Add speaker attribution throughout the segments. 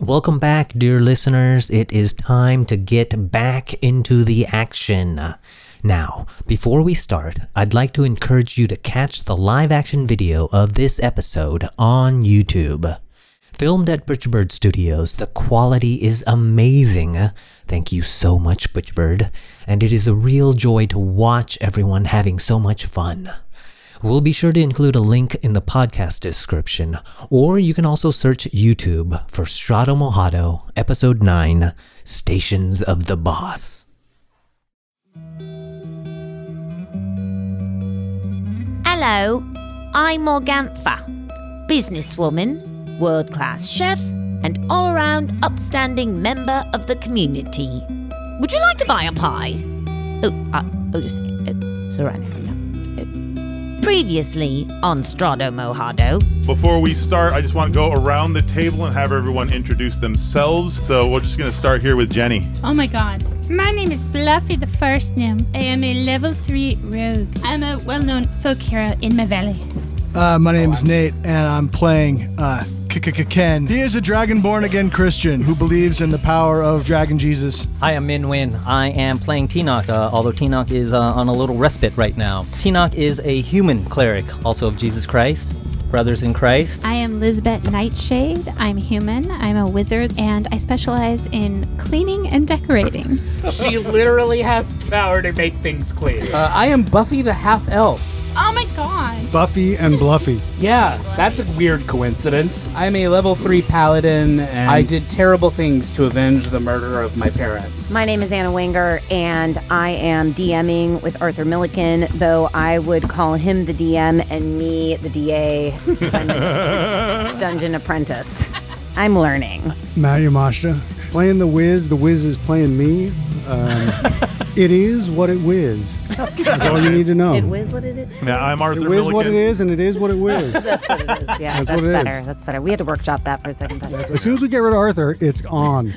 Speaker 1: Welcome back, dear listeners. It is time to get back into the action. Now, before we start, I'd like to encourage you to catch the live action video of this episode on YouTube. Filmed at Butcherbird Studios, the quality is amazing. Thank you so much, Butcherbird. And it is a real joy to watch everyone having so much fun. We'll be sure to include a link in the podcast description, or you can also search YouTube for Strato Mojado, Episode 9 Stations of the Boss.
Speaker 2: Hello, I'm Morgantha, businesswoman, world class chef, and all round upstanding member of the community. Would you like to buy a pie? Oh, uh, oh, just, oh sorry, right now, no. oh. Previously on Strado Mojado.
Speaker 3: Before we start, I just want to go around the table and have everyone introduce themselves. So we're just going to start here with Jenny.
Speaker 4: Oh my god. My name is Bluffy the First Nim. I am a level 3 rogue. I'm a well known folk hero in my valley.
Speaker 5: Uh, my name's Nate, and I'm playing uh, Ken. He is a dragon born again Christian who believes in the power of Dragon Jesus.
Speaker 6: Hi, I'm Min Win. I am playing Tinoch, uh, although Tinoch is uh, on a little respite right now. Tinoch is a human cleric, also of Jesus Christ, Brothers in Christ.
Speaker 7: I am Lisbeth Nightshade. I'm human. I'm a wizard, and I specialize in cleaning and decorating.
Speaker 8: She literally has the power to make things clear.
Speaker 9: Uh, I am Buffy the Half Elf.
Speaker 4: Oh my god.
Speaker 10: Buffy and Bluffy.
Speaker 9: Yeah, that's a weird coincidence. I'm a level 3 paladin, and I did terrible things to avenge the murder of my parents.
Speaker 11: My name is Anna Winger, and I am DMing with Arthur Milliken, though I would call him the DM and me the DA, 'cause I'm a dungeon apprentice. I'm learning.
Speaker 10: Malumashta. Playing the Wiz. The Wiz is playing me. Um, it is what it whiz. That's all you need to know.
Speaker 11: It whiz what it is.
Speaker 3: Now, I'm Arthur
Speaker 10: It whiz what
Speaker 3: Milliken.
Speaker 10: it is, and it is what it whiz.
Speaker 11: That's what it is. Yeah,
Speaker 10: That's
Speaker 11: that's,
Speaker 10: what it is.
Speaker 11: better. That's better. We had to workshop that for a second. Time.
Speaker 10: as soon as we get rid of Arthur, it's on.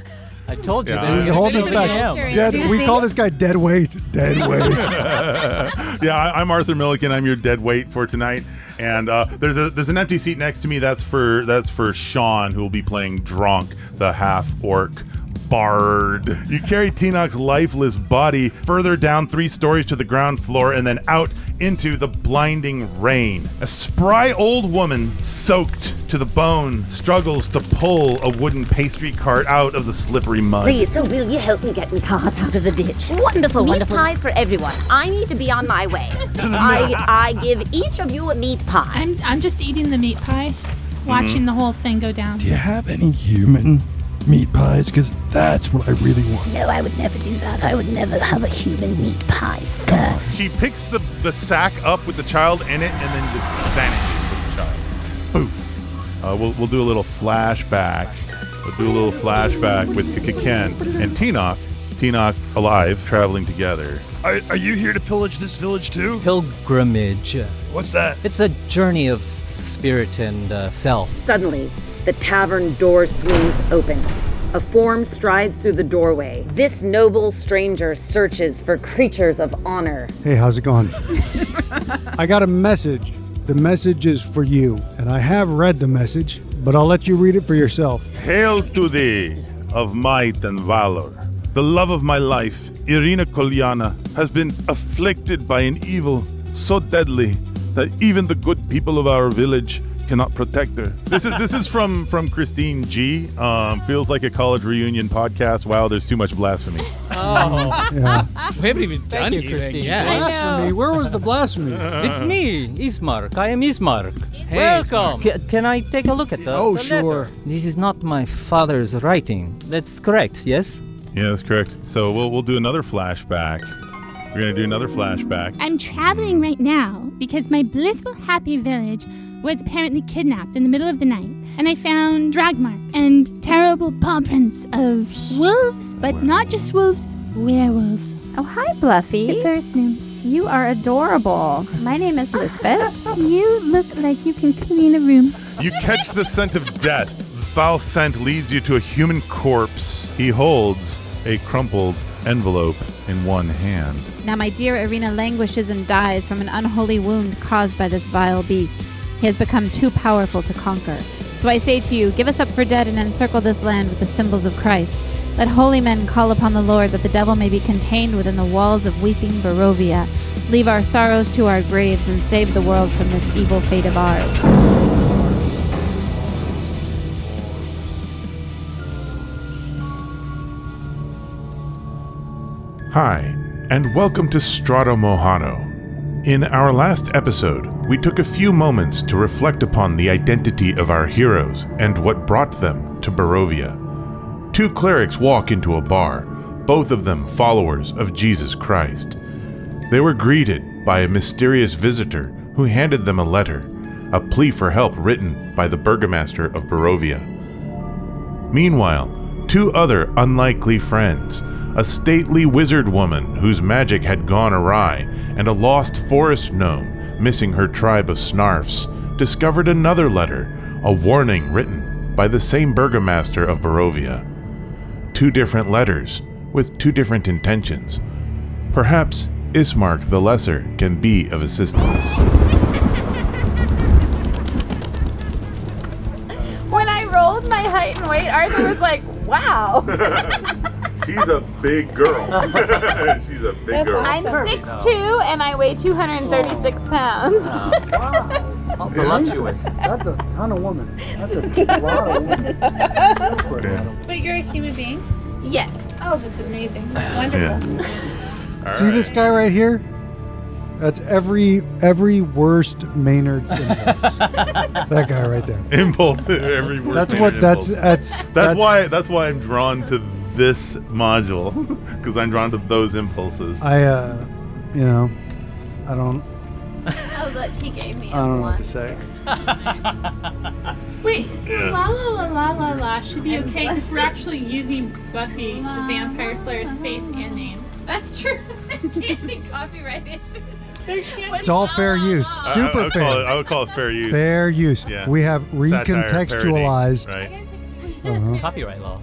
Speaker 6: I told you.
Speaker 3: Yeah,
Speaker 6: there was
Speaker 3: I-
Speaker 6: a
Speaker 10: Hold
Speaker 6: video
Speaker 10: this
Speaker 6: of
Speaker 10: back.
Speaker 6: him.
Speaker 10: Dead, we call this guy dead weight. Dead weight.
Speaker 3: Yeah, I, I'm Arthur Milliken. I'm your dead weight for tonight. And uh, there's a there's an empty seat next to me. That's for that's for Sean, who will be playing Drunk, the half orc bard. You carry Tinoch's lifeless body further down three stories to the ground floor, and then out into the blinding rain. A spry old woman, soaked to the bone, struggles to pull a wooden pastry cart out of the slippery mud.
Speaker 12: Please, so will you help me get my cart out of the ditch?
Speaker 2: Wonderful,
Speaker 12: Meat
Speaker 2: wonderful.
Speaker 12: pies for everyone. I need to be on my way. I I give each of you a meat pie.
Speaker 4: I'm, I'm just eating the meat pie, watching the whole thing go down.
Speaker 13: Mm-hmm. Do you have any human meat pies? Because that's what I really want.
Speaker 12: No, I would never do that. I would never have a human meat pie, sir.
Speaker 3: She picks the, the sack up with the child in it and then just vanishes with the child. Poof. Uh, we'll, we'll do a little flashback. We'll do a little flashback with K- K- Ken and Tinoch. Tinoch alive, traveling together.
Speaker 13: Are, are you here to pillage this village too?
Speaker 6: Pilgrimage.
Speaker 13: What's that?
Speaker 6: It's a journey of spirit and uh, self.
Speaker 11: Suddenly, the tavern door swings open. A form strides through the doorway. This noble stranger searches for creatures of honor.
Speaker 10: Hey, how's it going? I got a message. The message is for you, and I have read the message, but I'll let you read it for yourself.
Speaker 3: Hail to thee of might and valor. The love of my life, Irina Kolyana, has been afflicted by an evil so deadly that even the good people of our village cannot protect her. This is this is from from Christine G. Um, feels like a college reunion podcast. Wow, there's too much blasphemy.
Speaker 10: Yeah.
Speaker 9: We haven't even done
Speaker 6: you,
Speaker 9: anything
Speaker 6: Christine.
Speaker 9: yet.
Speaker 10: blasphemy. Where was the blasphemy?
Speaker 6: It's me, Ismark. I am Ismark.
Speaker 9: Ismark.
Speaker 6: Welcome. Ca- can I take a look at the?
Speaker 10: Oh,
Speaker 6: the letter?
Speaker 10: sure.
Speaker 6: This is not my father's writing. That's correct. Yes.
Speaker 3: Yeah, that's correct. So we'll we'll do another flashback. We're gonna do another flashback.
Speaker 4: I'm traveling right now because my blissful happy village was apparently kidnapped in the middle of the night, and I found drag marks and terrible paw prints of wolves, but not just wolves, werewolves.
Speaker 7: Oh, hi,
Speaker 4: The
Speaker 7: Bluffy.
Speaker 4: first name.
Speaker 7: You are adorable. My name is Lisbeth.
Speaker 4: You look like you can clean a room.
Speaker 3: You catch the scent of death. Foul scent leads you to a human corpse. He holds a crumpled envelope in one hand.
Speaker 7: Now, my dear Arena languishes and dies from an unholy wound caused by this vile beast. He has become too powerful to conquer. So I say to you, give us up for dead and encircle this land with the symbols of Christ. Let holy men call upon the Lord that the devil may be contained within the walls of weeping Barovia. Leave our sorrows to our graves and save the world from this evil fate of ours.
Speaker 3: Hi, and welcome to Strato Mojano. In our last episode, we took a few moments to reflect upon the identity of our heroes and what brought them to Barovia. Two clerics walk into a bar, both of them followers of Jesus Christ. They were greeted by a mysterious visitor who handed them a letter, a plea for help written by the burgomaster of Barovia. Meanwhile, two other unlikely friends, a stately wizard woman whose magic had gone awry, and a lost forest gnome missing her tribe of snarfs, discovered another letter, a warning written by the same burgomaster of Barovia. Two different letters, with two different intentions. Perhaps Ismark the Lesser can be of assistance.
Speaker 14: When I rolled my height and weight, Arthur was like, wow.
Speaker 1: She's a big girl. She's a big girl.
Speaker 14: I'm 6'2 and I weigh 236 pounds.
Speaker 10: Voluptuous. That's a ton of woman. That's a lot of woman.
Speaker 4: But you're a human being?
Speaker 14: Yes.
Speaker 4: Oh, that's amazing.
Speaker 10: See this guy right here? That's every every worst Maynard's impulse. that guy right there.
Speaker 1: impulse every word
Speaker 10: That's
Speaker 1: made
Speaker 10: what-
Speaker 1: an
Speaker 10: that's-
Speaker 1: impulse.
Speaker 10: that's-
Speaker 1: that's
Speaker 10: that's-
Speaker 1: why that's why I'm drawn to this module because I'm drawn to those impulses.
Speaker 10: I uh, you know, I don't
Speaker 14: Oh, look, he gave me
Speaker 10: I don't know what to say.
Speaker 4: Wait, so
Speaker 10: Yeah.
Speaker 4: La La La La La La should be okay because we're actually using Buffy the Vampire Slayer's face and name. That's true. there can't be copyright issues. There can't
Speaker 10: It's all fair use.
Speaker 1: I- I- I,
Speaker 10: Super
Speaker 1: would
Speaker 10: fair.
Speaker 1: Call it, I would call it fair use.
Speaker 10: Fair use.
Speaker 1: Yeah.
Speaker 10: We have
Speaker 1: Satire, parody,
Speaker 10: recontextualized. Uh-huh.
Speaker 6: Copyright law.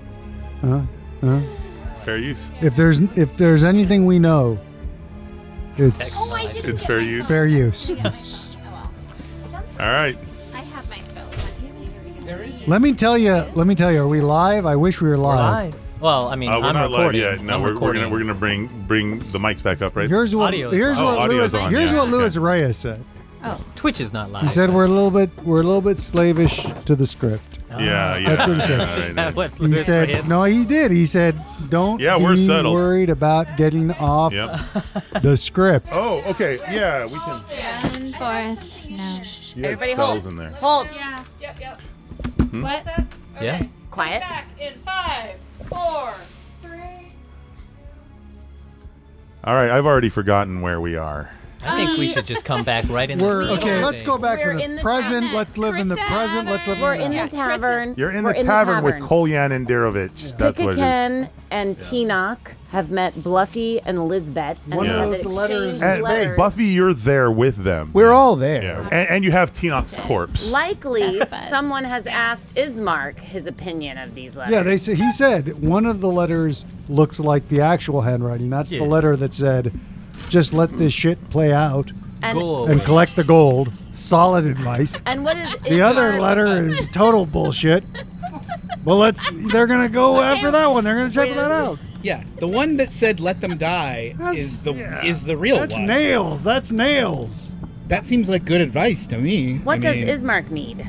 Speaker 10: Uh, uh.
Speaker 1: Fair use.
Speaker 10: If there's if there's anything we know, it's
Speaker 1: it's
Speaker 10: Oh,
Speaker 1: fair use.
Speaker 10: fair use.
Speaker 1: All right.
Speaker 10: Let me tell you. Let me tell you. Are we live? I wish we were live.
Speaker 6: Well, I mean,
Speaker 1: Uh, we're
Speaker 6: I'm
Speaker 1: not
Speaker 6: recording.
Speaker 1: live yet. No,
Speaker 6: I'm
Speaker 1: we're, we're
Speaker 6: recording.
Speaker 1: gonna we're gonna bring bring the mics back up, right?
Speaker 10: Here's what
Speaker 6: Audio's
Speaker 10: here's
Speaker 6: on.
Speaker 10: what
Speaker 6: Oh, audio's
Speaker 10: Louis
Speaker 6: on,
Speaker 10: here's
Speaker 6: yeah,
Speaker 10: what Louis Reyes said.
Speaker 4: Oh.
Speaker 6: Twitch is not live.
Speaker 10: He said we're a little bit we're a little bit slavish to the script.
Speaker 1: Yeah, yeah.
Speaker 10: That's what he said.
Speaker 1: yeah,
Speaker 6: Ah. Is that what's
Speaker 10: He said no. He did. He said don't
Speaker 1: Yeah, we're
Speaker 10: be
Speaker 1: settled.
Speaker 10: worried about getting off
Speaker 1: Yep.
Speaker 10: the script.
Speaker 1: Oh, okay. Yeah, we can.
Speaker 7: Forest, no.
Speaker 1: You had Everybody spells hold. in there.
Speaker 15: Hold.
Speaker 16: Yeah. Yep, yep.
Speaker 1: Hmm?
Speaker 16: What? Set.
Speaker 6: Yeah.
Speaker 15: Quiet.
Speaker 16: Back in five, four, three.
Speaker 1: All right. I've already forgotten where we are.
Speaker 6: I think we should just come back right in
Speaker 10: We're
Speaker 6: the middle of
Speaker 10: okay.
Speaker 6: the
Speaker 10: Let's
Speaker 6: thing.
Speaker 10: go back
Speaker 12: We're
Speaker 10: to
Speaker 12: in
Speaker 10: the
Speaker 12: the
Speaker 10: present. Let's live in the present. Let's live
Speaker 12: We're
Speaker 10: in
Speaker 12: in
Speaker 10: the
Speaker 12: the tavern.
Speaker 1: You're in
Speaker 12: We're
Speaker 1: the tavern with
Speaker 12: tavern.
Speaker 1: Kolyan and Dirovich. That's what it is.
Speaker 12: Kikaken and Tinoch have met Bluffy and Lisbeth, and
Speaker 1: One
Speaker 12: they
Speaker 1: of
Speaker 12: have
Speaker 1: those
Speaker 12: exchanged
Speaker 1: And hey,
Speaker 12: letters.
Speaker 1: Buffy, you're there with them.
Speaker 8: We're all there.
Speaker 1: And, and you have Tinoch's corpse.
Speaker 12: Likely, someone has asked Ismark his opinion of these letters.
Speaker 10: Yeah, they said he said one of the letters looks like the actual handwriting. That's the
Speaker 12: Yes.
Speaker 10: letter that said, "Just let this shit play out
Speaker 12: And- Go
Speaker 10: and
Speaker 12: away."
Speaker 10: collect the gold." Solid advice.
Speaker 12: And what is
Speaker 10: The other letter is total bullshit. Well, let's. They're gonna go after that one. They're gonna check that out.
Speaker 8: Yeah, the one that said "Let them die" is the is the real
Speaker 10: That's
Speaker 8: one.
Speaker 10: nails. That's nails.
Speaker 8: That seems like good advice to me.
Speaker 12: What
Speaker 8: I
Speaker 12: does
Speaker 8: mean,
Speaker 12: Ismark need?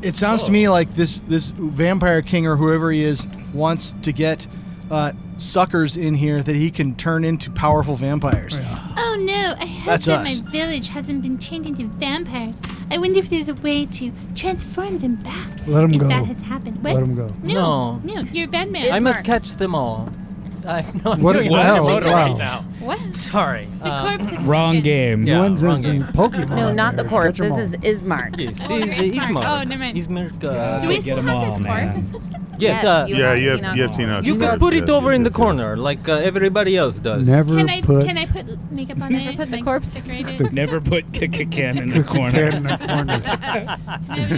Speaker 5: It sounds to me like this this vampire king or whoever he is wants to get uh, suckers in here that he can turn into powerful vampires.
Speaker 4: Oh no, I hope
Speaker 5: That's
Speaker 4: that
Speaker 5: us.
Speaker 4: my village hasn't been turned into vampires. I wonder if there's a way to transform them back.
Speaker 10: Let 'em
Speaker 4: if
Speaker 10: go.
Speaker 4: that has happened.
Speaker 10: Let 'em go.
Speaker 4: No, no, you're Batman.
Speaker 6: I must catch them all. I know I'm
Speaker 10: What-
Speaker 6: doing
Speaker 10: wow,
Speaker 6: Pokemon
Speaker 10: wow.
Speaker 6: right now.
Speaker 4: What?
Speaker 6: Sorry. Um, The
Speaker 4: corpse is
Speaker 8: wrong game.
Speaker 6: Yeah,
Speaker 10: One's
Speaker 6: wrong game.
Speaker 10: in Pokemon.
Speaker 12: No, not the corpse. This is Ismark.
Speaker 6: He's, he's Mark.
Speaker 4: Oh, never mind.
Speaker 6: He's Mark. Uh,
Speaker 4: Do we
Speaker 6: get
Speaker 4: still
Speaker 6: him
Speaker 4: have
Speaker 6: all,
Speaker 4: his
Speaker 6: man.
Speaker 4: corpse?
Speaker 6: Yes.
Speaker 4: Yes,
Speaker 6: uh,
Speaker 4: you Yeah, have you have- Tinoch's
Speaker 1: you have Tinoch's
Speaker 6: You can
Speaker 1: corpse.
Speaker 6: put
Speaker 1: Yeah,
Speaker 6: it
Speaker 1: you
Speaker 6: over in the corner like uh, everybody else does.
Speaker 10: Never
Speaker 4: Can I can I put makeup on it? Put the corpse. Decorate it.
Speaker 8: Never put Kikakan in the corner.
Speaker 10: in the corner.
Speaker 8: Nobody
Speaker 10: you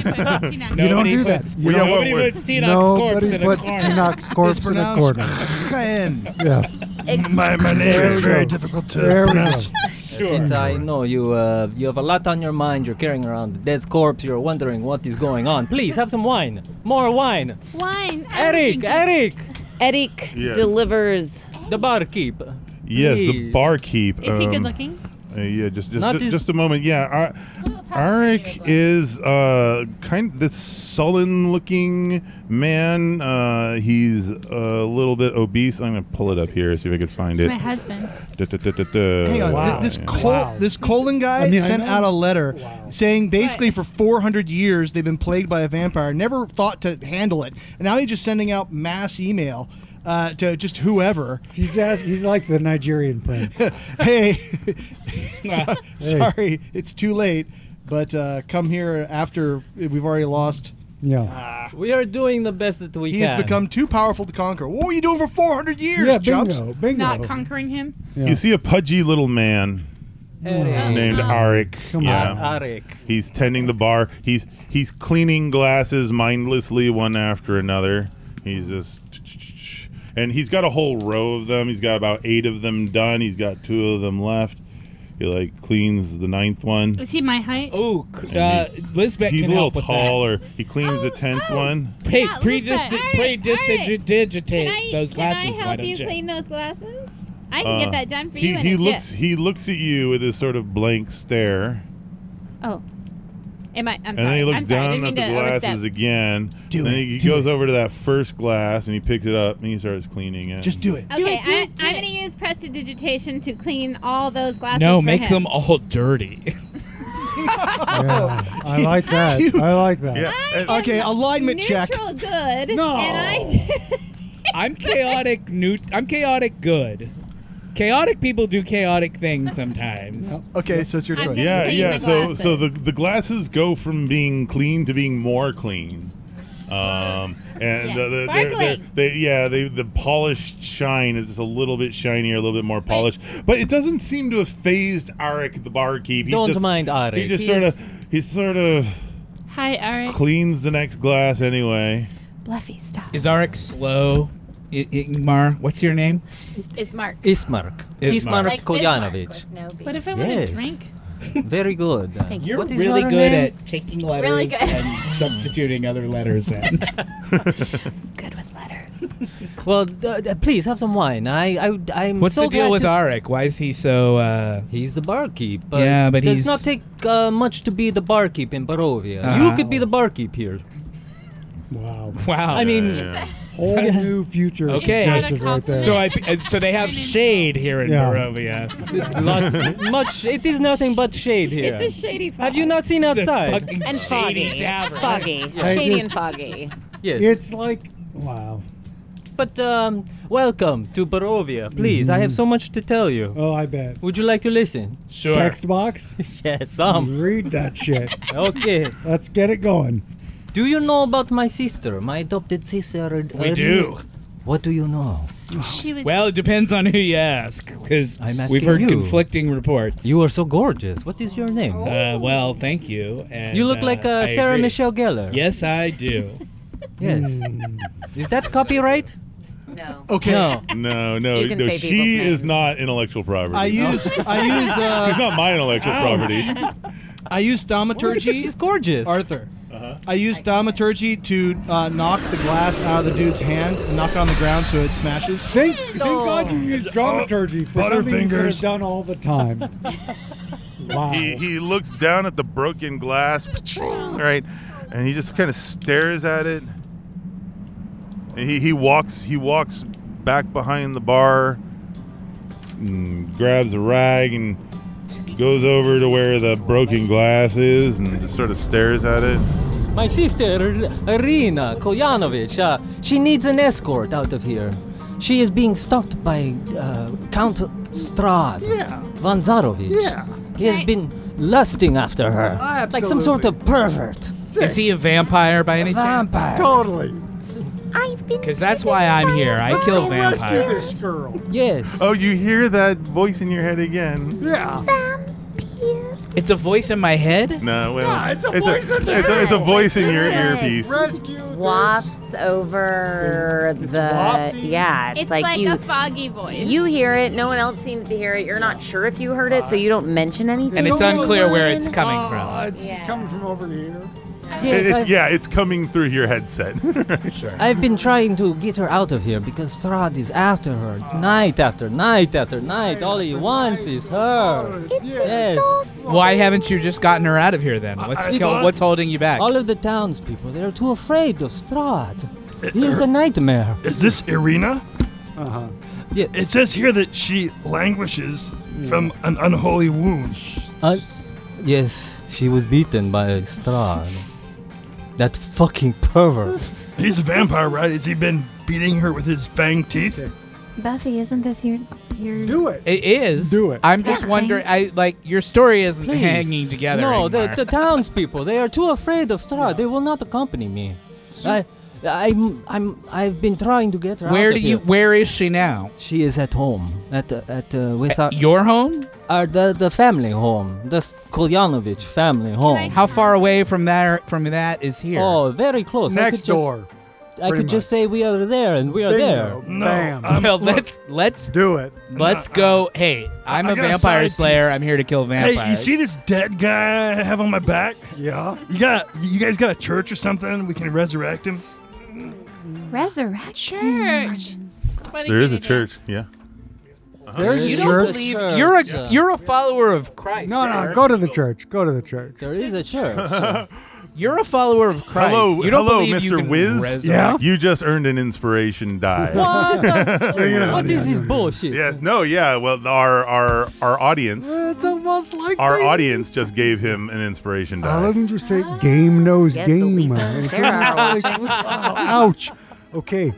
Speaker 10: don't do
Speaker 8: puts-
Speaker 10: that. You
Speaker 8: Well,
Speaker 10: don't-
Speaker 8: nobody puts Tinoch's corpse
Speaker 10: Nobody
Speaker 8: in a
Speaker 10: puts
Speaker 8: corner.
Speaker 10: Tinoch's corpse in a
Speaker 8: It's
Speaker 10: corner.
Speaker 8: pronounced
Speaker 10: yeah.
Speaker 13: My, my name is very difficult to pronounce.
Speaker 6: Yes, it, I know you. Uh, you have a lot on your mind. You're carrying around the dead corpse. You're wondering what is going on. Please have some wine. More wine.
Speaker 4: Wine.
Speaker 6: Eric, Eric.
Speaker 17: Eric
Speaker 3: Yeah.
Speaker 17: delivers.
Speaker 6: The barkeep.
Speaker 3: Yes, the barkeep.
Speaker 17: Is he
Speaker 3: um,
Speaker 17: good-looking?
Speaker 3: uh, yeah, just just,
Speaker 6: Not
Speaker 3: ju-
Speaker 6: his-
Speaker 3: just a moment. Yeah, Arik is uh, kind this sullen-looking man. Uh, he's a little bit obese. I'm gonna pull it up here see if I could find it.
Speaker 4: My husband.
Speaker 5: Hang
Speaker 3: Hang
Speaker 5: on. th- This Col- this Colon guy
Speaker 3: I mean, I
Speaker 5: sent
Speaker 3: know.
Speaker 5: out a letter saying basically for 400 years they've been plagued by a vampire, never thought to handle it, and now he's just sending out mass email uh, to just whoever.
Speaker 10: He's as, he's like the Nigerian prince.
Speaker 5: hey, so- sorry, it's too late, but uh, come here after we've already lost. Ah.
Speaker 10: Yeah.
Speaker 6: We are doing the best that we
Speaker 5: He
Speaker 6: Ah, can.
Speaker 5: has become too powerful to conquer. What were you doing for 400 years,
Speaker 10: Yeah,
Speaker 5: Chumps?
Speaker 10: bingo,
Speaker 17: Not conquering him.
Speaker 3: You see a pudgy little man
Speaker 6: Eric.
Speaker 3: named Arik.
Speaker 6: Come
Speaker 3: yeah.
Speaker 6: on, Arik.
Speaker 3: He's tending the bar. He's he's cleaning glasses mindlessly one after another. He's just and he's got a whole row of them. He's got about eight of them done. He's got two of them left. He like cleans the ninth one.
Speaker 4: Is he my height?
Speaker 8: Oh,
Speaker 3: And
Speaker 10: uh,
Speaker 3: he-
Speaker 8: Lisbeth
Speaker 3: he's
Speaker 8: can
Speaker 3: a little
Speaker 8: help with that.
Speaker 3: taller. He cleans the tenth one.
Speaker 8: Hey,
Speaker 4: Oh, Yeah,
Speaker 8: predist-
Speaker 4: Lisbeth.
Speaker 8: predigitate
Speaker 4: Can I-
Speaker 8: those
Speaker 4: can I
Speaker 8: glasses.
Speaker 4: help
Speaker 8: why don't
Speaker 4: you
Speaker 8: you?
Speaker 4: clean
Speaker 17: those glasses?
Speaker 4: I can
Speaker 3: Uh,
Speaker 4: get that done for
Speaker 3: he,
Speaker 4: you. in
Speaker 3: He
Speaker 4: a jiff.
Speaker 3: looks he looks at you with his sort of blank stare.
Speaker 17: Oh. Am I? I'm
Speaker 3: and then
Speaker 17: sorry.
Speaker 3: he looks
Speaker 17: I'm sorry. I
Speaker 3: down
Speaker 17: didn't
Speaker 3: at
Speaker 17: mean
Speaker 3: the
Speaker 17: to
Speaker 3: glasses
Speaker 17: overstep.
Speaker 3: again. and then he goes over to that first glass and he picks it up and he starts cleaning it.
Speaker 5: Just do it.
Speaker 7: Okay, I, I'm going to use prestidigitation to clean all those glasses.
Speaker 8: No,
Speaker 7: for
Speaker 8: make
Speaker 7: him.
Speaker 8: them all dirty.
Speaker 10: Yeah, I like that.
Speaker 5: You-
Speaker 10: I like that.
Speaker 5: okay, alignment check.
Speaker 7: neutral good.
Speaker 5: No.
Speaker 7: And I
Speaker 8: I'm chaotic. New. I'm chaotic. Good. Chaotic people do chaotic things sometimes.
Speaker 5: Okay, so it's your choice.
Speaker 3: Yeah, yeah. So, so the the glasses go from being clean to being more clean, um, and the, the, they're- they're-
Speaker 18: Sparkling.
Speaker 3: they yeah, they the polished shine is just a little bit shinier, a little bit more polished, but it doesn't seem to have phased Arik the barkeep. He
Speaker 6: Don't
Speaker 3: just,
Speaker 6: mind Arik.
Speaker 3: He just
Speaker 6: He's-
Speaker 3: sort of he sort of
Speaker 4: Hi, Eric.
Speaker 3: cleans the next glass anyway.
Speaker 7: Bluffy, stop.
Speaker 8: Is Arik slow? I- Ingmar, what's your name?
Speaker 17: It's Mark.
Speaker 6: Ismark. Ismark,
Speaker 17: Like
Speaker 6: Koyanovich.
Speaker 17: No B.
Speaker 4: What if I want
Speaker 6: yes.
Speaker 4: a drink?
Speaker 6: Very good.
Speaker 17: Thank you.
Speaker 8: You're
Speaker 6: What is
Speaker 8: really
Speaker 6: your
Speaker 8: good
Speaker 6: name?
Speaker 8: at taking letters
Speaker 17: Really good.
Speaker 8: and substituting other letters in.
Speaker 6: Well, d- d- please have some wine. I, I, I'm.
Speaker 8: What's
Speaker 6: so
Speaker 8: the deal
Speaker 6: glad
Speaker 8: with
Speaker 6: to-
Speaker 8: Arik? Why is he so? uh
Speaker 6: He's the barkeep. But
Speaker 8: Yeah, but
Speaker 6: does
Speaker 8: he's-
Speaker 6: not take uh, much to be the barkeep in Barovia. You
Speaker 8: Uh-huh.
Speaker 6: could be the barkeep here.
Speaker 10: Wow.
Speaker 8: Wow.
Speaker 6: I mean,
Speaker 10: Whole new future
Speaker 8: Okay.
Speaker 10: suggested right there.
Speaker 8: So I uh, so they have shade here in
Speaker 10: Yeah.
Speaker 8: Barovia.
Speaker 6: lots, much. It is nothing but shade here.
Speaker 7: It's a shady fog.
Speaker 6: have you not seen
Speaker 8: It's a
Speaker 6: outside?
Speaker 8: fucking
Speaker 12: And
Speaker 8: shady
Speaker 12: foggy.
Speaker 8: tavern.
Speaker 12: Foggy.
Speaker 6: Yeah.
Speaker 12: Shady
Speaker 6: I
Speaker 12: and
Speaker 6: just-
Speaker 12: foggy.
Speaker 6: Yes.
Speaker 10: It's like wow.
Speaker 6: But um, welcome to Barovia. Please, I
Speaker 10: Mm-hmm.
Speaker 6: have so much to tell you.
Speaker 10: Oh, I bet.
Speaker 6: Would you like to listen?
Speaker 8: Sure.
Speaker 10: Text box.
Speaker 6: yes, some.
Speaker 10: Read that shit.
Speaker 6: Okay.
Speaker 10: Let's get it going.
Speaker 6: Do you know about my sister, my adopted sister?
Speaker 8: We do.
Speaker 6: What do you know?
Speaker 4: She would.
Speaker 8: Well, it depends on who you ask, because
Speaker 6: I'm
Speaker 8: we've
Speaker 6: asking
Speaker 8: heard
Speaker 6: you.
Speaker 8: conflicting reports.
Speaker 6: You are so gorgeous. What is your name?
Speaker 8: Uh, well, thank you. and,
Speaker 6: you look
Speaker 8: uh,
Speaker 6: like uh,
Speaker 8: I
Speaker 6: Sarah
Speaker 8: agree.
Speaker 6: Michelle Gellar.
Speaker 8: Yes, I do.
Speaker 6: Yes.
Speaker 8: Hmm.
Speaker 6: Is that copyright?
Speaker 12: No.
Speaker 5: Okay.
Speaker 6: No.
Speaker 3: No, no,
Speaker 12: You can
Speaker 3: no.
Speaker 12: say people's
Speaker 3: She is not intellectual property.
Speaker 5: I use I use uh,
Speaker 3: She's not my intellectual property.
Speaker 5: I use thaumaturgy.
Speaker 6: She's gorgeous.
Speaker 5: Arthur.
Speaker 3: Uh-huh.
Speaker 5: I used thaumaturgy to uh, knock the glass out of the dude's hand and knock it on the ground so it smashes.
Speaker 10: Thank, thank God you use dramaturgy for something you could have
Speaker 13: Butterfingers.
Speaker 10: done all the time. wow.
Speaker 3: He, he looks down at the broken glass, right, and he just kind of stares at it. And he, he walks he walks back behind the bar, and grabs a rag and goes over to where the broken glass is and just sort of stares at it.
Speaker 6: My sister, Irina Koyanovich, uh, she needs an escort out of here. She is being stalked by uh, Count Strad
Speaker 13: Yeah.
Speaker 6: von Zarovich.
Speaker 13: Yeah.
Speaker 6: He has
Speaker 13: Right.
Speaker 6: been lusting after her, like some sort of pervert.
Speaker 8: Is he a vampire by any chance?
Speaker 6: Vampire.
Speaker 13: Totally.
Speaker 12: I've been.
Speaker 8: Because that's why I'm here. I kill
Speaker 13: Rescue
Speaker 8: vampires.
Speaker 13: this girl.
Speaker 6: Yes.
Speaker 3: Oh, you hear that voice in your head again?
Speaker 13: Yeah.
Speaker 12: Vampire.
Speaker 8: It's a voice in my head?
Speaker 3: No, wait.
Speaker 8: Nah, it's a voice in
Speaker 3: it's a, it's a voice in your
Speaker 11: It's like
Speaker 3: earpiece.
Speaker 11: Wafts over the
Speaker 3: wafty.
Speaker 11: yeah. It's,
Speaker 4: It's like
Speaker 11: you,
Speaker 4: a foggy voice.
Speaker 11: You hear it. No one else seems to hear it. You're not sure if you heard it, so you don't mention anything.
Speaker 8: And it's unclear where it's coming from.
Speaker 10: It's coming from over here.
Speaker 3: It- it's, yeah, it's coming through your headset. sure.
Speaker 6: I've been trying to get her out of here because Strahd is after her night after night after night. All he wants is her. yes.
Speaker 8: Why haven't you just gotten her out of here then? What's,
Speaker 6: I-
Speaker 8: kill- what's holding you back?
Speaker 6: All of the townspeople, they're too afraid of Strahd. He is a nightmare.
Speaker 13: Is this Irina?
Speaker 10: Uh huh.
Speaker 6: Yeah.
Speaker 13: It says here that she languishes from an unholy wound.
Speaker 6: Uh, yes, she was beaten by Strahd. That fucking pervert.
Speaker 13: He's a vampire, right? Has he been beating her with his fang teeth?
Speaker 4: Buffy, isn't this your your?
Speaker 10: Do it.
Speaker 8: It is. Do it. I'm just
Speaker 4: Yeah.
Speaker 8: wondering. I like your story isn't
Speaker 6: Please.
Speaker 8: hanging together.
Speaker 6: No, the,
Speaker 8: anymore.
Speaker 6: the townspeople, they are too afraid of Strahd. They will not accompany me. I, I'm, I'm, I've been trying to get her out
Speaker 8: where
Speaker 6: of
Speaker 8: do you?
Speaker 6: here.
Speaker 8: Where is she now?
Speaker 6: She is at home. At, uh, at, uh, with
Speaker 8: At
Speaker 6: our,
Speaker 8: your home?
Speaker 6: Our, the, the family home. The Kolyanovich family home.
Speaker 8: How far away from that? From that is here.
Speaker 6: Oh, very close. I
Speaker 8: Next
Speaker 6: could
Speaker 8: door,
Speaker 6: Just, I could just say we are there and we are
Speaker 8: Bingo.
Speaker 6: there.
Speaker 8: No, Bam. um, Well, look, let's- let's
Speaker 10: do it.
Speaker 8: Let's go. Hey, I'm
Speaker 13: I
Speaker 8: a
Speaker 13: got a
Speaker 8: vampire
Speaker 13: side piece.
Speaker 8: slayer. I'm here to kill vampires.
Speaker 13: Hey, you see this dead guy I have on my back?
Speaker 10: Yeah.
Speaker 13: You got you guys got a church or something? We can resurrect him.
Speaker 4: Resurrection.
Speaker 17: Church.
Speaker 3: There is a church. Yeah.
Speaker 10: There's
Speaker 8: you
Speaker 10: a
Speaker 8: don't
Speaker 10: church.
Speaker 8: believe
Speaker 10: Church.
Speaker 8: you're a
Speaker 10: Yeah.
Speaker 8: you're a follower of Christ.
Speaker 10: No, no,
Speaker 8: sir.
Speaker 10: go to the church. Go to the church.
Speaker 6: There is a
Speaker 3: church.
Speaker 8: You're a follower of Christ.
Speaker 3: Hello,
Speaker 8: you don't
Speaker 3: hello,
Speaker 8: believe you
Speaker 3: Mr.
Speaker 8: can
Speaker 3: Wiz.
Speaker 8: resurrect-
Speaker 3: You just earned an inspiration die.
Speaker 6: What the- what is this bullshit?
Speaker 3: Yes. No. Yeah. Well, our our our audience,
Speaker 10: It's almost like
Speaker 3: our
Speaker 10: they-
Speaker 3: audience just gave him an inspiration
Speaker 10: I
Speaker 3: die.
Speaker 10: love them just straight game knows
Speaker 3: Ah. Yes,
Speaker 10: game.
Speaker 3: Elisa
Speaker 10: man.
Speaker 3: and
Speaker 10: It's
Speaker 3: Sarah are
Speaker 10: like,
Speaker 3: watching.
Speaker 10: Ouch. Okay.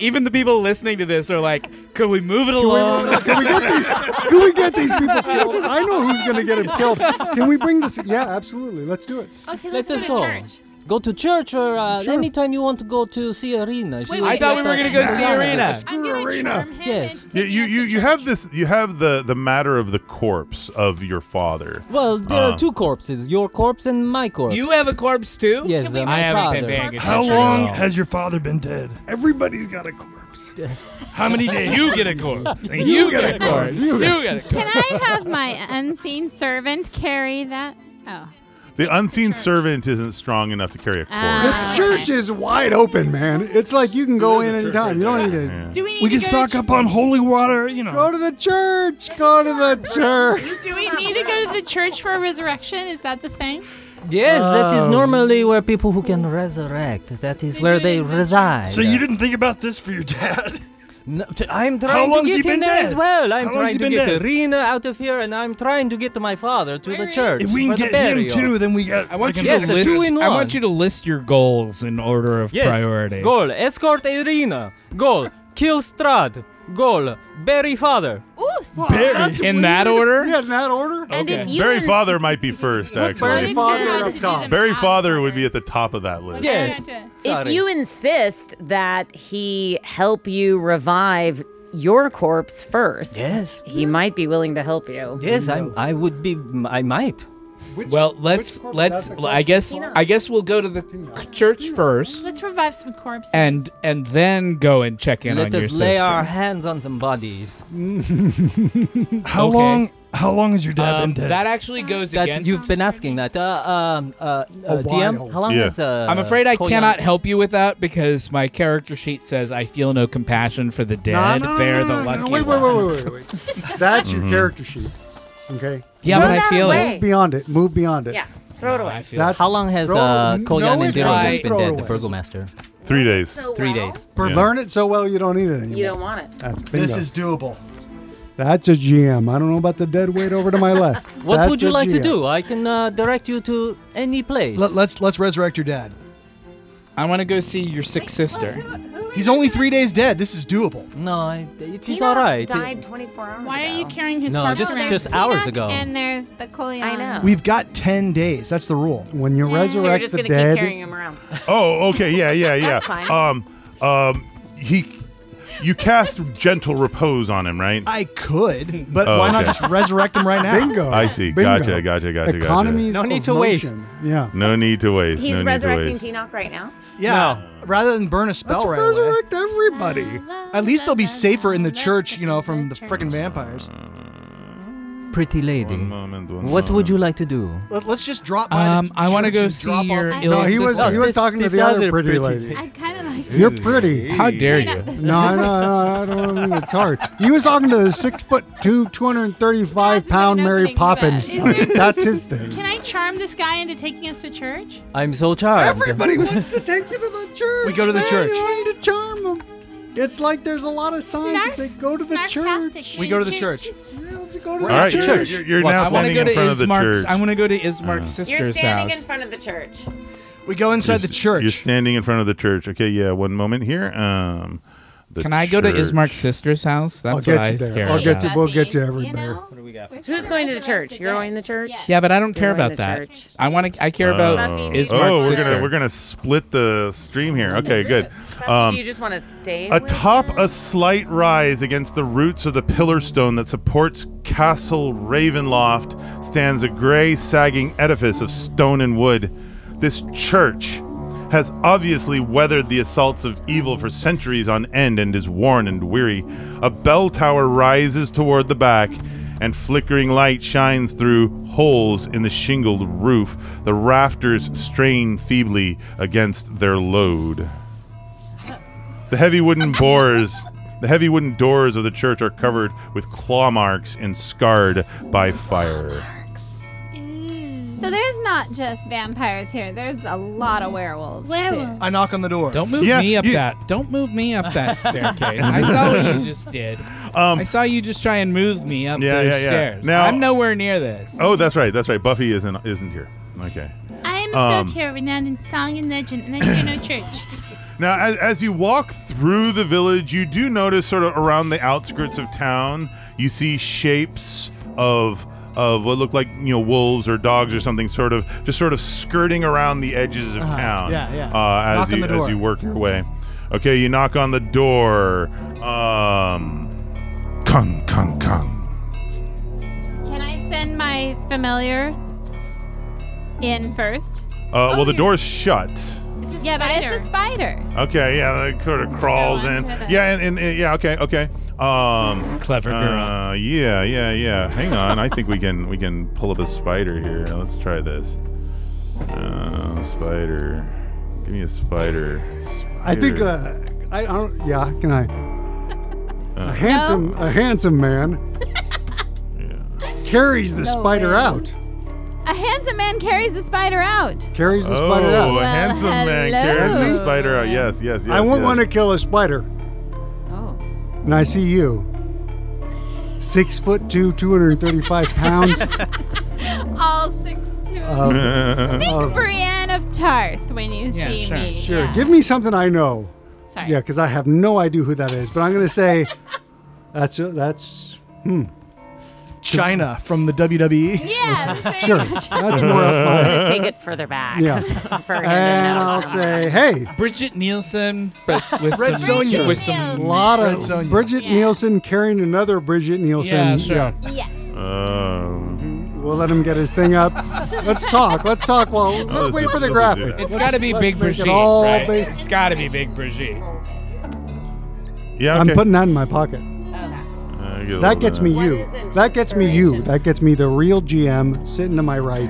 Speaker 8: Even the people listening to this are like, could we move it along?
Speaker 10: Can we get these? Can we get these people killed? I know who's gonna get him killed. Can we bring this? Yeah, absolutely. Let's do it.
Speaker 4: Okay,
Speaker 6: let's,
Speaker 4: let's,
Speaker 6: just
Speaker 4: go
Speaker 6: go.
Speaker 4: to church.
Speaker 6: Go to church or uh, anytime you want to go to see Arena. She
Speaker 4: Wait,
Speaker 6: was
Speaker 4: wait, I thought we
Speaker 6: at
Speaker 4: were
Speaker 6: the-
Speaker 4: gonna go see
Speaker 6: Yeah.
Speaker 4: Arena. I'm
Speaker 10: gonna
Speaker 4: Arena. charm him
Speaker 6: Yes.
Speaker 3: You, you you you have this. You have the the matter of the corpse of your father.
Speaker 6: Well, there
Speaker 3: Uh,
Speaker 13: Oh.
Speaker 6: are two corpses: your corpse and my corpse.
Speaker 8: You have a corpse too?
Speaker 6: Yes, uh, my father.
Speaker 13: How long has your father been dead?
Speaker 10: Everybody's got a corpse.
Speaker 13: How many days?
Speaker 8: You get a corpse.
Speaker 13: You,
Speaker 8: You
Speaker 13: get,
Speaker 8: get
Speaker 13: a
Speaker 8: a
Speaker 13: corpse.
Speaker 8: corpse. You get a
Speaker 13: corpse.
Speaker 4: Can I have my unseen servant carry that? Oh.
Speaker 3: The unseen servant isn't strong enough to carry a corpse.
Speaker 10: The church is wide open, man. It's like you can go in any time. You don't need to.
Speaker 17: Do we need
Speaker 13: We
Speaker 17: to
Speaker 13: can
Speaker 17: go
Speaker 13: stock
Speaker 17: to
Speaker 13: up on holy water, you know.
Speaker 10: Go to the church. Go to the church.
Speaker 4: Do we need to go to the church for resurrection? Is that the thing?
Speaker 6: Yes, that is
Speaker 13: Um,
Speaker 6: normally where people who can resurrect. That is where they reside.
Speaker 13: So you didn't think about this for your dad?
Speaker 6: No, t- I'm
Speaker 13: How
Speaker 6: trying to
Speaker 13: long's he
Speaker 6: get him
Speaker 13: been
Speaker 6: there
Speaker 13: dead?
Speaker 6: as well.
Speaker 13: How
Speaker 6: I'm
Speaker 13: long's he
Speaker 6: trying to
Speaker 13: been
Speaker 6: get
Speaker 13: dead?
Speaker 6: Arena out of here, and I'm trying to get my father to the church
Speaker 13: If we can
Speaker 6: for
Speaker 13: get
Speaker 6: the burial.
Speaker 13: him too, then we got.
Speaker 8: I want
Speaker 13: like
Speaker 8: you to
Speaker 13: another
Speaker 8: list.
Speaker 13: two in
Speaker 8: I
Speaker 13: one.
Speaker 8: want you to list your goals in order of
Speaker 6: Yes.
Speaker 8: priority.
Speaker 6: Goal: escort Irina. Goal: kill Strad. Goal: bury father.
Speaker 8: That's In that weird. order?
Speaker 10: Yeah, in that order.
Speaker 3: And
Speaker 10: if you
Speaker 3: Barry
Speaker 10: ins-
Speaker 3: Father might be first, actually.
Speaker 10: Barry Father up top.
Speaker 3: Barry Father would be at the top of that list.
Speaker 6: Yes.
Speaker 11: If you insist that he help you revive your corpse first,
Speaker 6: Yes.
Speaker 11: he might be willing to help you.
Speaker 6: Yes, I'm, I would be. I might.
Speaker 8: well, let's let's. I guess I guess we'll go to the church first,
Speaker 17: Let's revive some corpses.
Speaker 8: and and then go and check in on
Speaker 6: Let us
Speaker 8: your
Speaker 6: lay
Speaker 8: sister.
Speaker 6: our hands on some bodies.
Speaker 13: How
Speaker 8: Okay.
Speaker 13: long? How long has your dad
Speaker 8: Um,
Speaker 13: been dead?
Speaker 8: that actually goes
Speaker 6: That's,
Speaker 8: against.
Speaker 6: You've been asking that. Uh, um, uh, uh, DM, how long
Speaker 8: Yeah.
Speaker 6: is uh,
Speaker 8: I'm afraid I
Speaker 6: Koyan-
Speaker 8: cannot help you with that because my character sheet says I feel no compassion for the dead.
Speaker 10: no, no,
Speaker 8: They're
Speaker 10: no,
Speaker 8: the
Speaker 10: no, no,
Speaker 8: lucky
Speaker 10: wait, wait, wait, wait, wait, wait. That's your
Speaker 1: Mm-hmm.
Speaker 8: Mhm.
Speaker 10: character sheet. Okay.
Speaker 8: Yeah, but I feel it.
Speaker 10: Move beyond it. Move beyond it.
Speaker 11: Yeah. Throw it away.
Speaker 8: I feel
Speaker 10: That's-
Speaker 6: How long has
Speaker 10: throw-
Speaker 6: uh,
Speaker 10: no,
Speaker 6: Koyan
Speaker 10: it's
Speaker 6: and Dero
Speaker 10: fine.
Speaker 6: been
Speaker 10: Throw
Speaker 6: dead, the
Speaker 10: away.
Speaker 6: burgomaster?
Speaker 3: Three days.
Speaker 6: Three days.
Speaker 10: Bur- Learn it so well you don't need it anymore.
Speaker 11: You don't want it.
Speaker 10: That's bingo.
Speaker 5: This is doable.
Speaker 10: That's a GM. I don't know about the dead weight over to my left.
Speaker 6: What
Speaker 10: That's
Speaker 6: would you
Speaker 10: a
Speaker 6: like to
Speaker 10: GM.
Speaker 6: do? I can uh, direct you to any place.
Speaker 5: Let, let's let's resurrect your dad.
Speaker 8: I want to go see your sick sister.
Speaker 5: He's only three days dead. This is doable.
Speaker 6: no, I, it is
Speaker 5: Tina
Speaker 6: all right.
Speaker 5: died
Speaker 11: 24 hours
Speaker 4: Why are you carrying his
Speaker 6: No,
Speaker 4: corpse
Speaker 6: just-
Speaker 4: around?
Speaker 6: just There's hours Enoch ago.
Speaker 4: And
Speaker 6: and
Speaker 4: there's the Colion. I know.
Speaker 5: We've got ten days. That's the rule.
Speaker 10: When you
Speaker 4: resurrect
Speaker 11: You're just
Speaker 5: the
Speaker 11: gonna keep
Speaker 5: dead-
Speaker 11: carrying him around.
Speaker 3: Oh, okay, yeah, yeah, yeah.
Speaker 11: That's fine.
Speaker 3: Um, um, he, you cast gentle repose on him, right?
Speaker 5: I could, but
Speaker 3: Oh,
Speaker 5: why
Speaker 3: okay.
Speaker 5: not just resurrect him right now?
Speaker 10: Bingo.
Speaker 3: I see.
Speaker 10: Bingo.
Speaker 3: Gotcha, gotcha, gotcha, gotcha.
Speaker 10: Economies
Speaker 5: No
Speaker 10: of
Speaker 5: need to
Speaker 10: motion.
Speaker 5: waste.
Speaker 10: Yeah.
Speaker 3: No need to waste.
Speaker 19: He's
Speaker 3: no need to
Speaker 19: resurrecting
Speaker 3: waste.
Speaker 19: Tinoch right now.
Speaker 5: Yeah. Rather than burn a spell
Speaker 19: Let's
Speaker 5: right
Speaker 10: resurrect everybody.
Speaker 5: At least they'll be safer in the church, you know, from the freaking vampires.
Speaker 6: uh,
Speaker 1: Pretty lady,
Speaker 3: one
Speaker 1: what would
Speaker 3: moment.
Speaker 1: you like to do?
Speaker 5: Let, us just drop by.
Speaker 8: Um, I want to go see your. ill sister.
Speaker 10: I
Speaker 7: kind of like.
Speaker 10: You're pretty.
Speaker 8: How dare you?
Speaker 10: No, no, no, I don't want to. It's hard. He was talking to the six foot two, two hundred and thirty five pound Mary Poppins. That's his thing.
Speaker 4: Can I charm this guy into taking us to church?
Speaker 6: I'm so charmed.
Speaker 10: Everybody wants to take you to the church.
Speaker 5: We go to the
Speaker 10: man.
Speaker 5: church.
Speaker 10: You need to charm them. It's like there's a lot of signs that say go to the church.
Speaker 5: We go to the church.
Speaker 10: Yeah, let's go to
Speaker 8: All
Speaker 10: the
Speaker 8: right,
Speaker 10: church.
Speaker 8: church.
Speaker 3: You're- you're now
Speaker 8: I wanna
Speaker 3: standing
Speaker 8: go
Speaker 3: in
Speaker 8: to
Speaker 3: front of the
Speaker 8: Ismark's-
Speaker 3: church.
Speaker 8: I want to go to
Speaker 12: Mm.
Speaker 8: Ismark's
Speaker 3: Uh.
Speaker 8: sister's
Speaker 19: standing
Speaker 8: house.
Speaker 19: in front of the church.
Speaker 5: We go inside the church.
Speaker 3: You're standing in front of the church. Okay, yeah, one moment here. Um, the
Speaker 8: Can I go to
Speaker 3: church.
Speaker 8: Ismark's sister's house? That's
Speaker 10: I'll
Speaker 8: what
Speaker 10: get
Speaker 8: I
Speaker 10: you there.
Speaker 8: care
Speaker 10: I'll get
Speaker 8: about.
Speaker 10: you. We'll get you everywhere.
Speaker 12: Who's going to the church? You're going to the church?
Speaker 8: Yeah, but I don't care
Speaker 12: You're going
Speaker 8: about
Speaker 12: to
Speaker 8: that.
Speaker 12: church.
Speaker 8: I want to. I care about
Speaker 3: Oh.
Speaker 8: Ismark's
Speaker 3: oh, we're
Speaker 8: sister.
Speaker 3: gonna we're gonna split the stream here. Okay, good. Um,
Speaker 12: you just want to stay with
Speaker 3: Atop a slight rise against the roots of the pillar stone that supports Castle Ravenloft stands a gray, sagging edifice of stone and wood. This church has obviously weathered the assaults of evil for centuries on end and is worn and weary. A bell tower rises toward the back, and flickering light shines through holes in the shingled roof. The rafters strain feebly against their load. The heavy wooden doors, the heavy wooden doors of the church are covered with claw marks and scarred by fire.
Speaker 20: So there's not just vampires here. There's a lot of werewolves. Werewolves.
Speaker 5: I knock on the door.
Speaker 8: Don't move
Speaker 5: Yeah,
Speaker 8: me up
Speaker 5: you-
Speaker 8: that. Don't move me up that staircase. I saw what you just did. I saw you just try and move me up
Speaker 3: Yeah,
Speaker 8: those
Speaker 3: yeah, yeah.
Speaker 8: stairs.
Speaker 3: Now-
Speaker 8: I'm nowhere near this.
Speaker 3: Oh, that's right, that's right. Buffy isn't isn't here. Okay.
Speaker 4: I am a
Speaker 3: Um,
Speaker 4: folk hero renowned in song and legend, and I fear no church.
Speaker 3: Now, as, as you walk through the village, you do notice sort of around the outskirts of town, you see shapes of of what look like you know wolves or dogs or something, sort of just sort of skirting around the edges of
Speaker 5: Uh-huh.
Speaker 3: town.
Speaker 5: Yeah, yeah.
Speaker 3: Uh,
Speaker 5: Knock
Speaker 3: as
Speaker 5: on
Speaker 3: you
Speaker 5: the door.
Speaker 3: as you work your way. Okay, you knock on the door. Um, kung kung kung.
Speaker 20: Can I send my familiar in first?
Speaker 5: Oh,
Speaker 3: Uh, well, the door's shut.
Speaker 20: yeah, but it's a spider.
Speaker 3: Okay, yeah, it sort of crawls in. Yeah, and, and, and- yeah, okay, okay. Um,
Speaker 8: Clever girl.
Speaker 3: Uh, yeah, yeah, yeah. Hang on, I think we can we can pull up a spider here. Let's try this. Uh, spider, give me a spider.
Speaker 10: I think.
Speaker 3: Spider. Uh,
Speaker 10: Uh, I, I don't. Yeah. Can I?
Speaker 5: Uh.
Speaker 10: a handsome, a handsome man carries the
Speaker 20: No
Speaker 10: spider
Speaker 20: way.
Speaker 10: out.
Speaker 20: A handsome man carries the spider out.
Speaker 10: Carries the
Speaker 3: oh,
Speaker 10: spider out.
Speaker 3: a handsome man carries a spider out. Yes, yes, yes.
Speaker 10: I won't
Speaker 3: yes.
Speaker 10: want to kill a spider. Oh. And I see you. Six foot two, 235 pounds.
Speaker 20: All six
Speaker 5: Oh,
Speaker 20: two.
Speaker 10: of,
Speaker 20: Think
Speaker 10: of-
Speaker 20: Brienne of Tarth when you
Speaker 10: Yeah,
Speaker 20: see
Speaker 10: sure,
Speaker 20: me.
Speaker 10: sure.
Speaker 20: Yeah.
Speaker 10: Uh-huh. Give me something I know.
Speaker 20: Sorry.
Speaker 10: Yeah, because I have no idea who that is. But I'm going to say that's, a, that's, hmm.
Speaker 5: China from the E WWE.
Speaker 20: Yeah.
Speaker 10: Sure. That's more up my
Speaker 12: I'm gonna take it further back.
Speaker 10: Yeah.
Speaker 12: For him to
Speaker 10: And
Speaker 12: know.
Speaker 10: I'll say, hey.
Speaker 8: Bridget Nielsen, but with
Speaker 10: Red
Speaker 8: some
Speaker 10: Sonja.
Speaker 8: with some
Speaker 10: lot
Speaker 8: Red
Speaker 10: of
Speaker 8: Sonja.
Speaker 10: Bridget Nielsen carrying another Bridget Nielsen. Mm-hmm.
Speaker 8: Yeah, sure.
Speaker 20: Yes.
Speaker 10: We'll let him get his thing up. let's talk. Let's talk. Well, let's
Speaker 8: let's
Speaker 10: wait
Speaker 8: do-
Speaker 10: for the
Speaker 8: let's do
Speaker 10: graphic.
Speaker 8: that. It's
Speaker 10: Let's-
Speaker 8: got to be
Speaker 10: let's
Speaker 8: Big
Speaker 10: make it
Speaker 8: Brigitte.
Speaker 10: all
Speaker 8: right?
Speaker 10: based-
Speaker 8: It's got to be Big Brigitte.
Speaker 3: Yeah,
Speaker 10: I'm
Speaker 3: okay.
Speaker 10: putting that in my pocket.
Speaker 3: Uh, get a little
Speaker 10: That gets
Speaker 3: bit
Speaker 10: me
Speaker 3: of-
Speaker 10: you. That gets me you. That gets me the real GM sitting to my right.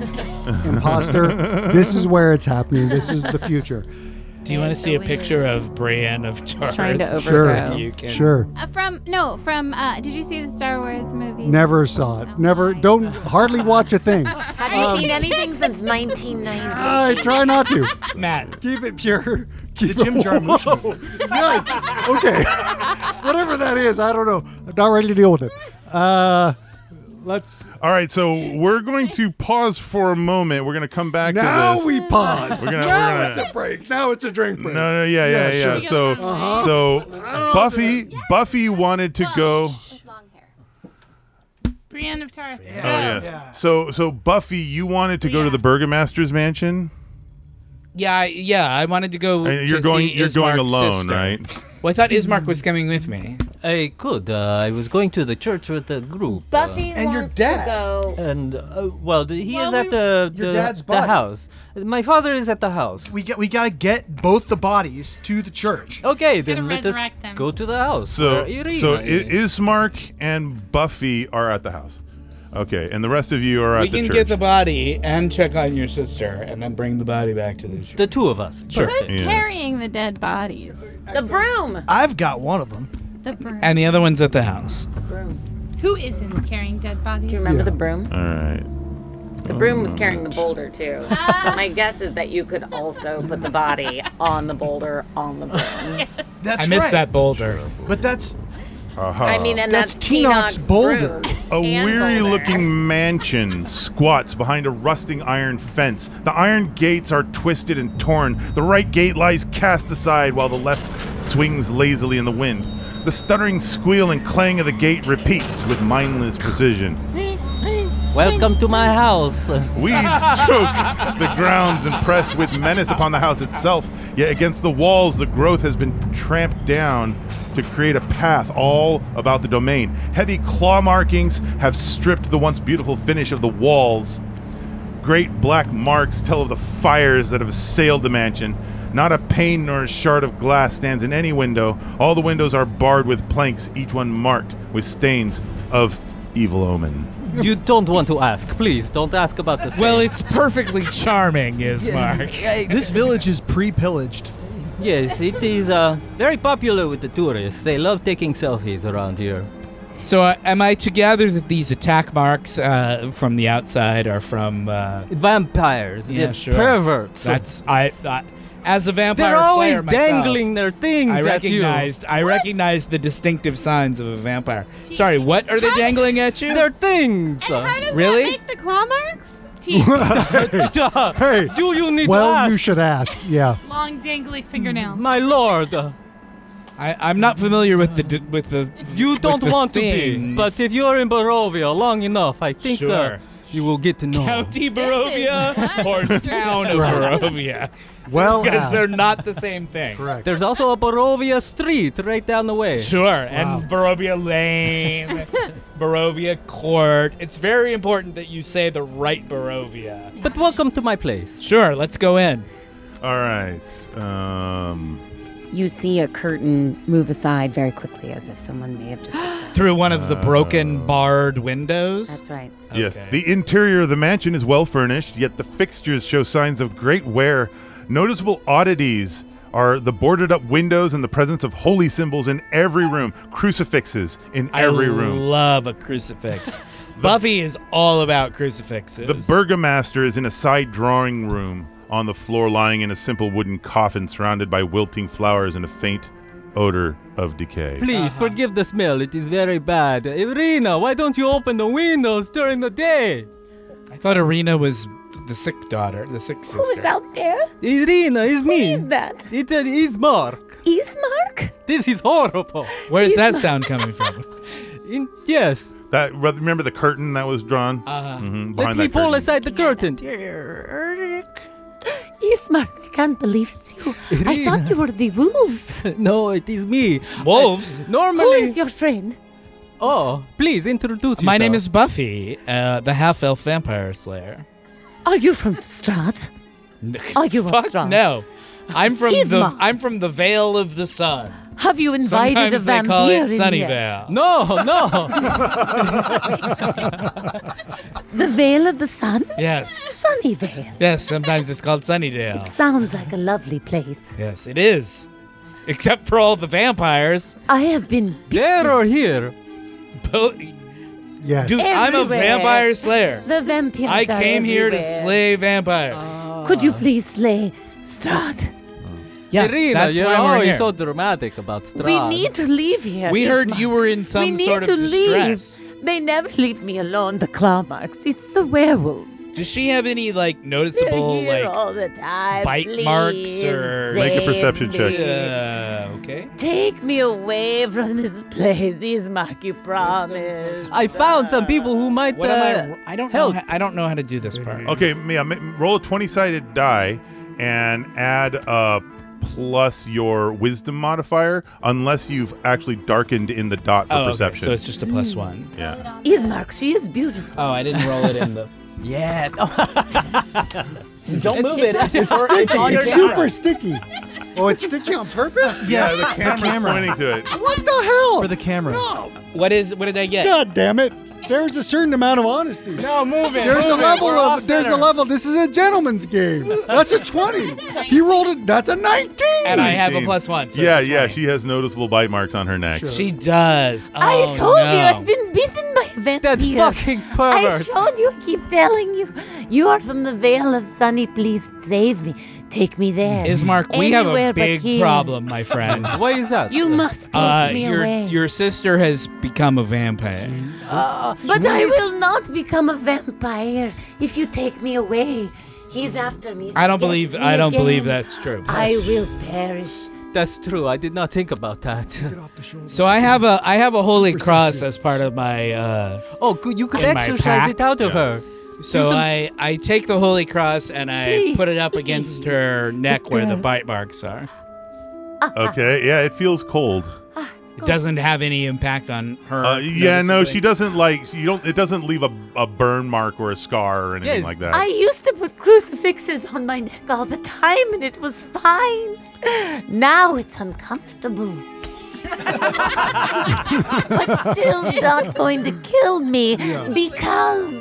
Speaker 10: Imposter. This is where it's happening. This is the future.
Speaker 8: Do you want to see a picture of Brienne of Tarth?
Speaker 10: trying to overgrow.
Speaker 8: You can-
Speaker 10: Sure.
Speaker 20: Uh, from no, from uh, did you see the Star Wars movie?
Speaker 10: Never saw it. Never. Don't hardly watch a thing.
Speaker 12: Have you seen anything since 1990?
Speaker 10: I try not to.
Speaker 8: Matt.
Speaker 10: Keep it pure. Keep
Speaker 5: Jim Jarmusch
Speaker 10: Whoa. Yikes. Okay. Whatever that is, I don't know. I'm not ready to deal with it. Uh, let's.
Speaker 3: All right, so we're going to pause for a moment. We're going to come back
Speaker 10: Now
Speaker 3: to this.
Speaker 10: we pause.
Speaker 3: We're gonna,
Speaker 10: now
Speaker 3: we're gonna,
Speaker 10: it's a break. Now it's a drink break.
Speaker 3: No, no, yeah, yeah, yeah.
Speaker 10: sure.
Speaker 3: So,
Speaker 10: Uh-huh.
Speaker 3: so Buffy, Buffy wanted to go.
Speaker 4: Brienne of Tarth.
Speaker 3: Oh yes. So, so Buffy, you wanted to go to the Burgomaster's mansion,
Speaker 8: Yeah, I- yeah. I wanted to go.
Speaker 3: and you're
Speaker 8: to
Speaker 3: going.
Speaker 8: see
Speaker 3: You're going
Speaker 8: Ismark's
Speaker 3: alone,
Speaker 8: sister.
Speaker 3: right?
Speaker 21: Well, I thought Ismark was coming with me.
Speaker 6: I could. Uh, I was going to the church with the group.
Speaker 12: Buffy
Speaker 6: And
Speaker 12: wants
Speaker 6: your
Speaker 12: to
Speaker 6: dad.
Speaker 12: go.
Speaker 6: And uh, well, the, he is
Speaker 12: Well,
Speaker 6: at the
Speaker 5: Your
Speaker 6: the,
Speaker 5: dad's
Speaker 6: the
Speaker 5: body.
Speaker 6: house. My father is at the house.
Speaker 5: We get we gotta get both the bodies to the church.
Speaker 6: Okay, then let us
Speaker 5: resurrect them.
Speaker 6: go to the house.
Speaker 3: So,
Speaker 6: where Irina
Speaker 3: so I-
Speaker 6: is.
Speaker 3: Ismark and Buffy are at the house. Okay, and the rest of you are
Speaker 8: We
Speaker 3: at the
Speaker 8: can
Speaker 3: church.
Speaker 8: get the body and check on your sister, and then bring the body back to the church.
Speaker 6: The two of us.
Speaker 8: Sure.
Speaker 7: Who's carrying the dead bodies?
Speaker 12: The broom.
Speaker 8: I've got one of them.
Speaker 7: The broom.
Speaker 8: And the other one's at the house.
Speaker 4: Who isn't carrying dead bodies?
Speaker 12: Do you remember the broom?
Speaker 3: All right.
Speaker 12: The broom was carrying the boulder too. My guess is that you could also put the body on the boulder on the broom.
Speaker 5: That's
Speaker 8: I missed
Speaker 5: right.
Speaker 8: that boulder.
Speaker 5: But that's
Speaker 3: Uh-huh.
Speaker 12: I mean, and that's,
Speaker 5: Teenock's
Speaker 12: Teenock's
Speaker 5: boulder.
Speaker 12: broom.
Speaker 3: A
Speaker 12: And
Speaker 3: weary
Speaker 12: boulder.
Speaker 3: looking mansion squats behind a rusting iron fence. The iron gates are twisted and torn. The right gate lies cast aside while the left swings lazily in the wind. The stuttering squeal and clang of the gate repeats with mindless precision.
Speaker 6: Welcome to my house.
Speaker 3: Weeds choke the grounds and press with menace upon the house itself, yet against the walls the growth has been tramped down to create a path all about the domain. Heavy claw markings have stripped the once beautiful finish of the walls. Great black marks tell of the fires that have assailed the mansion. Not a pane nor a shard of glass stands in any window. All the windows are barred with planks, each one marked with stains of evil omen.
Speaker 6: you don't want to ask. Please don't ask about this. Well,
Speaker 21: it's perfectly charming, Ismark.
Speaker 5: this village is pre-pillaged.
Speaker 6: yes, it is uh, very popular with the tourists. They love taking selfies around here.
Speaker 8: So, uh, am I to gather that these attack marks uh, from the outside are from uh,
Speaker 6: vampires?
Speaker 8: Yeah,
Speaker 6: the
Speaker 8: sure.
Speaker 6: perverts.
Speaker 8: That's I. I as a vampire,
Speaker 6: They're always
Speaker 8: slayer myself,
Speaker 6: dangling their things
Speaker 8: I
Speaker 6: at you.
Speaker 8: recognized. I recognized the distinctive signs of a vampire. Sorry, what are they dangling at you?
Speaker 6: Their things.
Speaker 8: really?
Speaker 7: Make the claw marks?
Speaker 6: hey, do you need
Speaker 10: well,
Speaker 6: to ask?
Speaker 10: you should ask. Yeah.
Speaker 7: Long dangly fingernail.
Speaker 6: My lord, uh,
Speaker 8: I, I'm not familiar with the d- with the.
Speaker 6: you
Speaker 8: with
Speaker 6: don't
Speaker 8: the
Speaker 6: want to be,
Speaker 8: things.
Speaker 6: but if you're in Barovia long enough, I think uh,
Speaker 8: Sure.
Speaker 6: you will get to know.
Speaker 8: County Barovia or town of
Speaker 6: Right.
Speaker 8: Barovia.
Speaker 6: Well uh,
Speaker 8: because
Speaker 6: asked.
Speaker 8: they're not the same thing.
Speaker 10: Correct.
Speaker 6: There's also a Barovia street right down the way.
Speaker 8: Sure, and Barovia Lane, Barovia Court. It's very important that you say the right Barovia.
Speaker 6: But welcome to my place.
Speaker 8: Sure, let's go in.
Speaker 3: All right. Um,
Speaker 22: You see a curtain move aside very quickly as if someone may have just looked out.
Speaker 8: Through one of the broken barred windows. That's
Speaker 22: right.
Speaker 3: Uh, Yes. The interior of the mansion is well furnished, yet the fixtures show signs of great wear. Noticeable oddities are the boarded up windows and the presence of holy symbols in every room, crucifixes in every
Speaker 8: I
Speaker 3: room.
Speaker 8: love a crucifix. Buffy is all about crucifixes.
Speaker 3: The burgomaster is in a side drawing room on the floor, lying in a simple wooden coffin surrounded by wilting flowers and a faint odor of decay.
Speaker 6: Please
Speaker 8: Uh-huh.
Speaker 6: forgive the smell. It is very bad. Irina, why don't you open the windows during the day?
Speaker 8: I thought Irina was the sick daughter, the sick sister.
Speaker 12: Who is out there?
Speaker 6: Irina is me.
Speaker 12: Who is that?
Speaker 6: It uh, is Mark.
Speaker 12: Ismark?
Speaker 6: This is horrible.
Speaker 8: Where is that sound coming from?
Speaker 6: In, yes.
Speaker 3: That re- remember the curtain that was drawn Mm-hmm,
Speaker 8: uh,
Speaker 3: behind
Speaker 6: Let
Speaker 3: that
Speaker 6: me
Speaker 3: curtain.
Speaker 6: pull aside the curtain.
Speaker 12: Ismark, I can't believe it's you. I thought you were the wolves.
Speaker 6: no, it is me.
Speaker 8: Wolves?
Speaker 6: normally.
Speaker 12: Who is your friend?
Speaker 6: Oh, please introduce
Speaker 8: My
Speaker 6: yourself.
Speaker 8: name is Buffy, uh, the half elf vampire slayer.
Speaker 12: Are you from Strahd? Are Oh, you
Speaker 8: Fuck
Speaker 12: Strahd?
Speaker 8: no. I'm from
Speaker 12: Isma.
Speaker 8: the I'm from the Vale of the Sun.
Speaker 12: Have you invited
Speaker 8: Sometimes
Speaker 12: a
Speaker 8: they
Speaker 12: vampire
Speaker 8: call it
Speaker 12: in here?
Speaker 8: Sunnyvale.
Speaker 6: No, no.
Speaker 12: The Vale of the Sun?
Speaker 8: yes.
Speaker 12: Sunnyvale.
Speaker 8: Yes, sometimes it's called Sunnydale.
Speaker 12: Sounds like a lovely place.
Speaker 8: Yes, it is. Except for all the vampires.
Speaker 12: I have been.
Speaker 6: there or here?
Speaker 8: Bo-
Speaker 10: Yes.
Speaker 8: Dude, I'm a
Speaker 12: Everywhere.
Speaker 8: vampire slayer.
Speaker 12: The vampires
Speaker 8: I
Speaker 12: are
Speaker 8: came here to
Speaker 12: everywhere. Oh.
Speaker 8: slay vampires.
Speaker 12: Could you please slay Strahd?
Speaker 8: yeah,
Speaker 6: Irina,
Speaker 8: that's
Speaker 6: Eh, you're
Speaker 8: why we're
Speaker 6: always
Speaker 8: here.
Speaker 6: so dramatic about Strahd.
Speaker 12: We need to leave here.
Speaker 8: We heard you were in
Speaker 12: we
Speaker 8: some
Speaker 12: need
Speaker 8: sort
Speaker 12: to
Speaker 8: of distress.
Speaker 12: leave. They never leave me alone, the claw marks. It's the werewolves.
Speaker 8: Does she have any like
Speaker 12: They're
Speaker 8: noticeable
Speaker 12: here
Speaker 8: like
Speaker 12: all the time.
Speaker 8: bite
Speaker 12: Please
Speaker 8: marks or
Speaker 12: save me.
Speaker 8: Yeah, okay.
Speaker 12: Take me away from this place, Ismark, you promise.
Speaker 6: I found some people who might.
Speaker 8: What
Speaker 6: uh,
Speaker 8: am I? I don't
Speaker 6: help.
Speaker 8: know. How, I don't know how to do this part.
Speaker 3: Okay, yeah, ma- roll a 20 sided die and add a plus your wisdom modifier, unless you've actually darkened in the dot for
Speaker 8: Oh, okay,
Speaker 3: perception.
Speaker 8: so it's just a plus Mm. one.
Speaker 3: Yeah.
Speaker 12: Ismark, she is beautiful.
Speaker 9: Oh, I didn't roll it in the.
Speaker 6: yeah.
Speaker 8: Uh,
Speaker 9: Don't move it.
Speaker 10: It's,
Speaker 9: It's, already- it's on your
Speaker 10: super sticky. Oh, it's sticky on purpose?
Speaker 3: Yeah, the camera's pointing to it.
Speaker 10: What the hell?
Speaker 5: For the camera.
Speaker 10: No.
Speaker 8: What is? What did I get?
Speaker 10: God damn it. There's a certain amount of honesty.
Speaker 9: No, move it.
Speaker 10: There's
Speaker 9: move
Speaker 10: a
Speaker 9: it.
Speaker 10: level
Speaker 9: We're
Speaker 10: of
Speaker 9: off
Speaker 10: there's a
Speaker 9: center.
Speaker 10: level. This is a gentleman's game. That's a 20. He rolled it. That's a 19.
Speaker 8: And I have a plus one. So
Speaker 3: yeah,
Speaker 8: it's a
Speaker 3: yeah. She has noticeable bite marks on her neck.
Speaker 8: She does.
Speaker 12: I
Speaker 8: Oh,
Speaker 12: told you
Speaker 8: no.
Speaker 12: I've been bitten by a vampire. That's
Speaker 6: fucking
Speaker 12: I
Speaker 6: pervert.
Speaker 12: showed you. I keep telling you. You are from the Vale of Sunny. Please save me. Take me there.
Speaker 8: Ismark, we have
Speaker 12: Anywhere
Speaker 8: a
Speaker 12: but
Speaker 8: big
Speaker 12: here.
Speaker 8: problem, my friend.
Speaker 6: what is that?
Speaker 12: You must take
Speaker 8: Uh,
Speaker 12: me
Speaker 8: your
Speaker 12: away.
Speaker 8: your sister has become a vampire.
Speaker 12: but I will not become a vampire if you take me away. He's after me.
Speaker 8: I don't
Speaker 12: Get
Speaker 8: believe.
Speaker 12: me
Speaker 8: I don't believe
Speaker 12: again.
Speaker 8: that's true.
Speaker 12: I will perish.
Speaker 6: That's true. I did not think about that.
Speaker 8: So I have a I have a holy cross as part of my. Uh,
Speaker 6: Oh, good. You could
Speaker 8: in my
Speaker 6: exercise
Speaker 8: pack.
Speaker 6: it out of her. Do
Speaker 8: So
Speaker 6: some-
Speaker 8: I I take the holy cross and I put it up against her neck where the bite marks are.
Speaker 3: Okay. Yeah, it feels cold.
Speaker 8: It doesn't have any impact on her.
Speaker 3: Uh, yeah, no,
Speaker 8: noticeably.
Speaker 3: she doesn't like. She don't. It doesn't leave a, a burn mark or a scar or anything
Speaker 8: Yes.
Speaker 3: like that.
Speaker 12: I used to put crucifixes on my neck all the time and it was fine. Now it's uncomfortable. but still not going to kill me because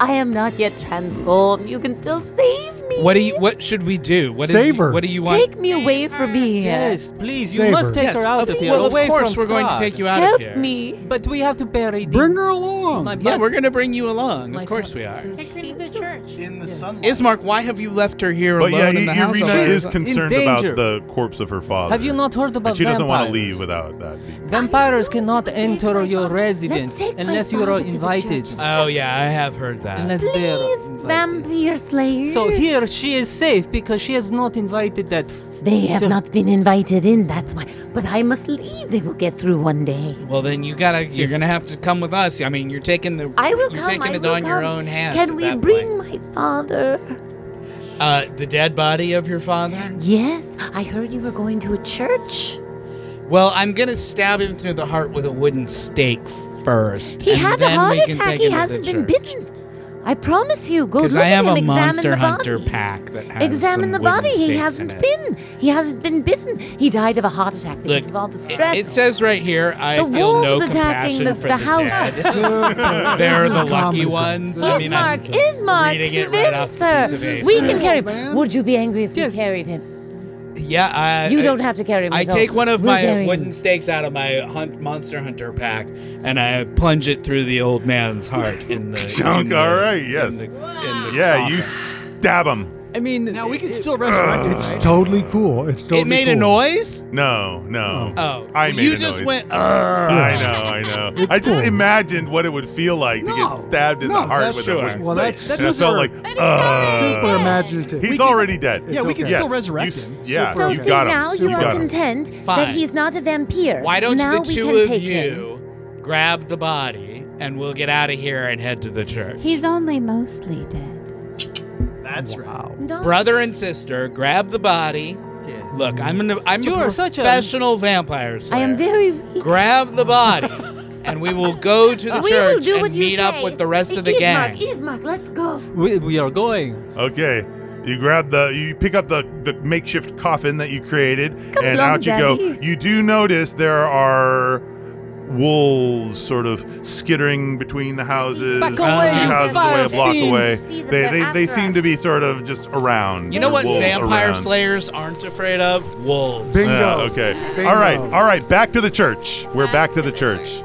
Speaker 12: I am not yet transformed. You can still save me.
Speaker 8: What do you? What should we do? What is?
Speaker 10: Save her.
Speaker 8: What do you want?
Speaker 12: Take me away from here.
Speaker 6: Yes, please. You
Speaker 8: Save
Speaker 6: must
Speaker 8: her.
Speaker 6: take
Speaker 8: Yes,
Speaker 6: her out
Speaker 8: of-
Speaker 6: of, here.
Speaker 8: well, of
Speaker 6: away
Speaker 8: course
Speaker 6: from
Speaker 8: we're going to
Speaker 6: Strahd.
Speaker 8: take you out of Help here. me.
Speaker 6: But we have to bury. The,
Speaker 10: Bring her along.
Speaker 6: My
Speaker 8: Yeah,
Speaker 6: butt.
Speaker 8: we're gonna bring you along. Of course we are.
Speaker 20: Take her to the church.
Speaker 5: In the sunlight.
Speaker 8: Ismark, why have you left her here
Speaker 3: but
Speaker 8: alone
Speaker 3: yeah,
Speaker 8: in the
Speaker 3: I-
Speaker 8: house?
Speaker 3: Irina
Speaker 8: all day?
Speaker 3: is concerned
Speaker 6: In
Speaker 3: about
Speaker 6: danger.
Speaker 3: the corpse of her father.
Speaker 6: Have you not heard
Speaker 3: And
Speaker 6: about
Speaker 3: She doesn't want to
Speaker 6: vampires?
Speaker 3: leave without that. being-
Speaker 6: Vampires cannot enter your residence
Speaker 12: take my
Speaker 6: unless you are
Speaker 12: father to the
Speaker 6: invited.
Speaker 8: Oh yeah, I have heard that.
Speaker 6: Unless they are
Speaker 12: Please,
Speaker 6: invited.
Speaker 12: vampire slayer.
Speaker 6: So here she is safe because she has not invited that.
Speaker 12: They have
Speaker 6: so-
Speaker 12: not been invited in, that's why. But I must leave. They will get through one day.
Speaker 8: Well then you gotta you're gonna have to come with us. I mean you're taking the
Speaker 12: I will
Speaker 8: you're
Speaker 12: come.
Speaker 8: taking
Speaker 12: I
Speaker 8: it
Speaker 12: will
Speaker 8: on your
Speaker 12: come.
Speaker 8: own hands.
Speaker 12: Can
Speaker 8: at
Speaker 12: we
Speaker 8: that
Speaker 12: bring my father?
Speaker 8: point. uh the dead body of your father?
Speaker 12: Yes, I heard you were going to a church.
Speaker 8: Well, I'm gonna stab him through the heart with a wooden stake first.
Speaker 12: He
Speaker 8: and
Speaker 12: had a
Speaker 8: then
Speaker 12: heart
Speaker 8: we can
Speaker 12: attack.
Speaker 8: take
Speaker 12: He
Speaker 8: him to the
Speaker 12: hasn't been
Speaker 8: church.
Speaker 12: bitten. I promise you. Go look
Speaker 8: Because I
Speaker 12: at
Speaker 8: have
Speaker 12: him.
Speaker 8: a
Speaker 12: examine
Speaker 8: monster
Speaker 12: the body.
Speaker 8: hunter pack that has
Speaker 12: Examine
Speaker 8: some
Speaker 12: the
Speaker 8: wooden
Speaker 12: body. He
Speaker 8: stakes in
Speaker 12: hasn't
Speaker 8: it.
Speaker 12: been. He hasn't been bitten. He died of a heart attack because
Speaker 8: Look,
Speaker 12: of all the
Speaker 8: It-
Speaker 12: stress.
Speaker 8: It, says right here, I
Speaker 12: The
Speaker 8: feel no
Speaker 12: wolves attacking
Speaker 8: compassion
Speaker 12: the-
Speaker 8: for
Speaker 12: the
Speaker 8: the
Speaker 12: house.
Speaker 8: dead. They're
Speaker 12: This
Speaker 8: the
Speaker 12: is
Speaker 8: lucky
Speaker 12: common
Speaker 8: ones. I mean, I'm
Speaker 12: Ismark, Ismark,
Speaker 8: reading it right off
Speaker 12: convince
Speaker 8: the piece of
Speaker 12: her.
Speaker 8: paper.
Speaker 12: We can carry him. Would you be angry if we carried him?
Speaker 8: Yeah, I.
Speaker 12: You
Speaker 8: I-
Speaker 12: don't have to carry him.
Speaker 8: I
Speaker 12: at all.
Speaker 8: take one of
Speaker 12: We'll
Speaker 8: my
Speaker 12: carry him.
Speaker 8: wooden stakes out of my hunt monster hunter pack and I plunge it through the old man's heart in the
Speaker 3: Chunk,
Speaker 8: in the-
Speaker 3: all right,
Speaker 8: in
Speaker 3: yes.
Speaker 8: the- in the
Speaker 3: yeah, you
Speaker 8: coffin.
Speaker 3: stab him.
Speaker 6: I mean,
Speaker 5: Now we can still resurrect it.
Speaker 10: It's totally cool. It's totally
Speaker 8: It made
Speaker 10: cool.
Speaker 8: a noise.
Speaker 3: No, no.
Speaker 8: Oh,
Speaker 3: I made
Speaker 8: you
Speaker 3: a
Speaker 8: just
Speaker 3: noise.
Speaker 8: went. "Ugh."
Speaker 3: I know, I know. I just imagined what it would feel like to
Speaker 10: No.
Speaker 3: get stabbed in
Speaker 10: No,
Speaker 3: the heart
Speaker 10: that's
Speaker 3: with a
Speaker 10: sure.
Speaker 3: wooden
Speaker 10: Well,
Speaker 3: stake.
Speaker 10: that's- that
Speaker 3: and it felt like,
Speaker 10: doesn't
Speaker 3: uh,
Speaker 10: Super imaginative.
Speaker 3: He's already dead.
Speaker 5: yeah, we can
Speaker 3: Yes,
Speaker 5: still resurrect
Speaker 3: you s-
Speaker 5: him.
Speaker 3: Yeah,
Speaker 12: So
Speaker 3: you
Speaker 12: see
Speaker 3: got him.
Speaker 12: now you,
Speaker 3: you
Speaker 12: are
Speaker 3: got him.
Speaker 12: content
Speaker 8: Fine.
Speaker 12: that he's not a vampire.
Speaker 8: Why don't
Speaker 12: now
Speaker 8: the
Speaker 12: we
Speaker 8: two
Speaker 12: can
Speaker 8: of
Speaker 12: take him.
Speaker 8: you grab the body and we'll get out of here and head to the church?
Speaker 20: He's only mostly dead.
Speaker 5: That's right.
Speaker 8: Brother and sister, grab the body. Look, I'm an I'm
Speaker 6: You
Speaker 8: a
Speaker 6: are such a-
Speaker 8: professional vampire slayer.
Speaker 12: I am very weak.
Speaker 8: grab the body, and we will go to the
Speaker 12: we will
Speaker 8: church
Speaker 12: do
Speaker 8: and
Speaker 12: what you
Speaker 8: meet
Speaker 12: say.
Speaker 8: up with the rest of the
Speaker 12: Ismark,
Speaker 8: gang.
Speaker 12: Ismark, let's go.
Speaker 6: We, we are going.
Speaker 3: Okay. You grab the, you pick up the, the makeshift coffin that you created, and
Speaker 12: along,
Speaker 3: out you
Speaker 12: Daddy.
Speaker 3: go. You do notice there are wolves sort of skittering between the houses.
Speaker 6: Back
Speaker 3: a
Speaker 6: away,
Speaker 3: few
Speaker 6: you
Speaker 3: houses away, a
Speaker 6: fire
Speaker 3: block
Speaker 6: fiends.
Speaker 3: away.
Speaker 12: See that
Speaker 3: They,
Speaker 12: they're
Speaker 3: they, they
Speaker 12: after
Speaker 3: seem
Speaker 12: us.
Speaker 3: to be sort of just around.
Speaker 8: You know what
Speaker 3: wolves
Speaker 8: vampire
Speaker 3: around.
Speaker 8: slayers aren't afraid of? Wolves.
Speaker 10: Bingo.
Speaker 3: Yeah, okay.
Speaker 10: Bingo.
Speaker 3: All right. All right. Back to the church. We're back to the church.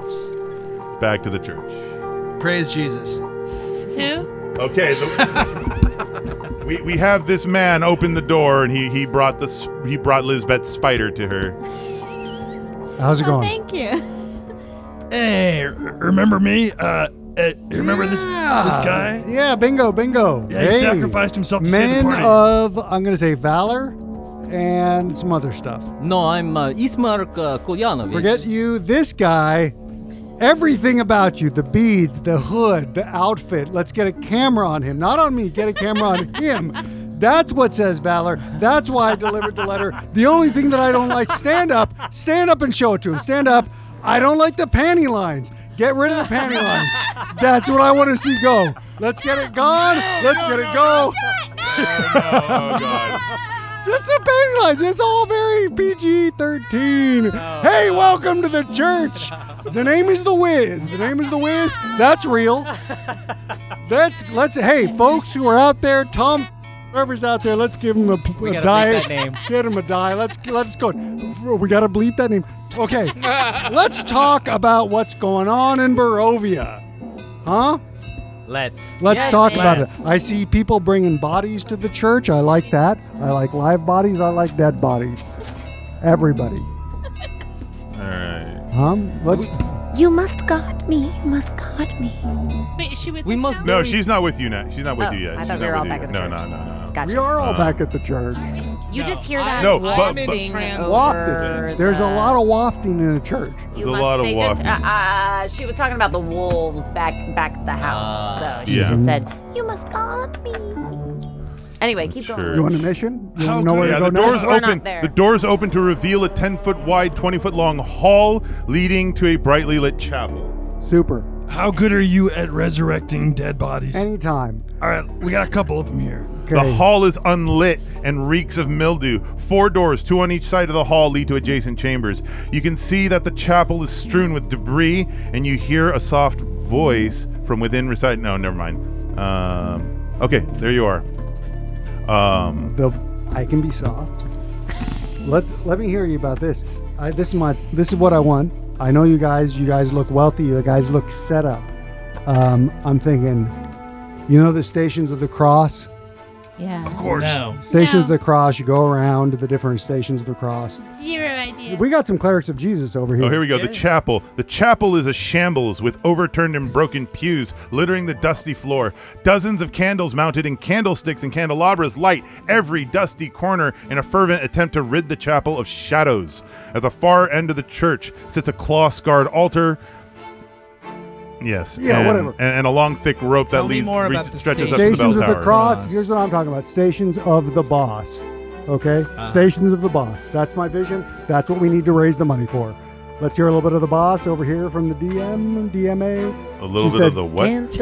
Speaker 3: Back to the church.
Speaker 5: Praise Jesus.
Speaker 20: Who?
Speaker 3: Okay. the- we, we have this man open the door, and he he brought the s- he brought Lisbeth Spider to her.
Speaker 10: How's it
Speaker 20: Oh,
Speaker 10: going?
Speaker 20: thank you.
Speaker 13: Hey, r- remember me? Uh, uh, you remember this this guy?
Speaker 10: ah. Yeah, bingo, bingo.
Speaker 13: Yeah, he
Speaker 10: hey,
Speaker 13: sacrificed himself to save the
Speaker 10: men
Speaker 13: party.
Speaker 10: of, I'm going to say valor and some other stuff.
Speaker 6: No, I'm uh, Ismark uh, Kolyanovic.
Speaker 10: Forget you, this guy, everything about you the beads, the hood, the outfit. Let's get a camera on him. Not on me, get a camera on him. That's what says valor. That's why I delivered the letter. The only thing that I don't like, stand up, stand up and show it to him. Stand up. I don't like the panty lines. Get rid of the panty lines. That's what I want to see go. Let's get it gone. Let's get it go.
Speaker 3: Oh, God.
Speaker 10: Just the panty lines. It's all very PG 13.
Speaker 6: Oh,
Speaker 10: hey, welcome to the church. The name is The Wiz. The name is The Wiz. That's real. That's, let's, hey, folks who are out there, Tom, whoever's out there, let's give him a,
Speaker 6: We gotta
Speaker 10: a
Speaker 6: bleep
Speaker 10: diet.
Speaker 6: that name.
Speaker 10: Get him a die. Let's, let's go. We got to bleep that name. Okay. let's talk about what's going on in Barovia. Huh?
Speaker 6: Let's.
Speaker 10: Let's talk about it. I see people bringing bodies to the church. I like that. I like live bodies. I like dead bodies. Everybody.
Speaker 3: All right.
Speaker 10: Um, let's.
Speaker 11: You must guard me. You must guard me.
Speaker 4: Wait, is she with
Speaker 10: We
Speaker 4: us
Speaker 10: must
Speaker 4: now?
Speaker 3: No, she's not with you now. She's not with
Speaker 11: Oh,
Speaker 3: you yet.
Speaker 11: I
Speaker 3: She's
Speaker 11: thought we
Speaker 3: not
Speaker 11: were all
Speaker 3: with you
Speaker 11: back
Speaker 3: yet.
Speaker 11: at the
Speaker 3: no,
Speaker 11: church.
Speaker 3: no, no, Uh, no.
Speaker 11: Gotcha.
Speaker 10: We are
Speaker 8: Uh,
Speaker 10: all back at the church.
Speaker 11: You just hear that
Speaker 3: No, but- but-
Speaker 11: wafting over
Speaker 10: Wafting. There's a
Speaker 11: the-
Speaker 10: lot of wafting in a church.
Speaker 11: You
Speaker 3: There's a
Speaker 11: must-
Speaker 3: lot of
Speaker 11: they just-
Speaker 3: walking.
Speaker 11: uh, uh, she was talking about the wolves back back at the
Speaker 8: Uh,
Speaker 11: house,
Speaker 3: Ah,
Speaker 11: so she
Speaker 3: yeah.
Speaker 11: just said, "You must guard me." Anyway, keep going.
Speaker 10: You on a mission? You
Speaker 3: How
Speaker 10: wanna know
Speaker 3: could-
Speaker 10: where
Speaker 3: yeah,
Speaker 10: to go
Speaker 3: the doors
Speaker 10: next?
Speaker 11: We're not
Speaker 3: open.
Speaker 11: there.
Speaker 3: The doors open to reveal a 10 foot wide, 20 foot long hall leading to a brightly lit chapel.
Speaker 10: Super.
Speaker 13: How good are you at resurrecting dead bodies?
Speaker 10: Anytime.
Speaker 13: All right, we got a couple of them here.
Speaker 3: The hall is unlit and reeks of mildew. Four doors, two on each side of the hall, lead to adjacent chambers. You can see that the chapel is strewn with debris, and you hear a soft voice from within recite. No, never mind. Um, okay, there you are. Um,
Speaker 10: The I can be soft. Let's let me hear you about this. I, this is my this is what I want. I know you guys. You guys look wealthy. You guys look set up. Um, I'm thinking, you know, the stations of the cross.
Speaker 7: Yeah. Of
Speaker 13: course. No.
Speaker 10: Stations
Speaker 4: No.
Speaker 10: of the cross. You go around to the different stations of the cross.
Speaker 4: Zero idea.
Speaker 10: We got some clerics of Jesus over here.
Speaker 3: Oh, here we go. The chapel. The chapel is a shambles with overturned and broken pews littering the dusty floor. Dozens of candles mounted in candlesticks and candelabras light every dusty corner in a fervent attempt to rid the chapel of shadows. At the far end of the church sits a claw scarred altar. Yes.
Speaker 10: Yeah,
Speaker 3: and-
Speaker 10: whatever.
Speaker 3: And, and a long, thick rope
Speaker 10: Tell
Speaker 3: that
Speaker 10: me
Speaker 3: leads
Speaker 10: more
Speaker 3: reach-
Speaker 10: about the
Speaker 3: stretches up to the bell
Speaker 10: Stations of the
Speaker 3: tower.
Speaker 10: cross. Here's what I'm talking about. Stations of the boss. Okay.
Speaker 3: Ah.
Speaker 10: Stations of the boss. That's my vision. That's what we need to raise the money for. Let's hear a little bit of the boss over here from the DM and DMA.
Speaker 3: A little
Speaker 10: She
Speaker 3: bit of
Speaker 10: said,
Speaker 3: the what?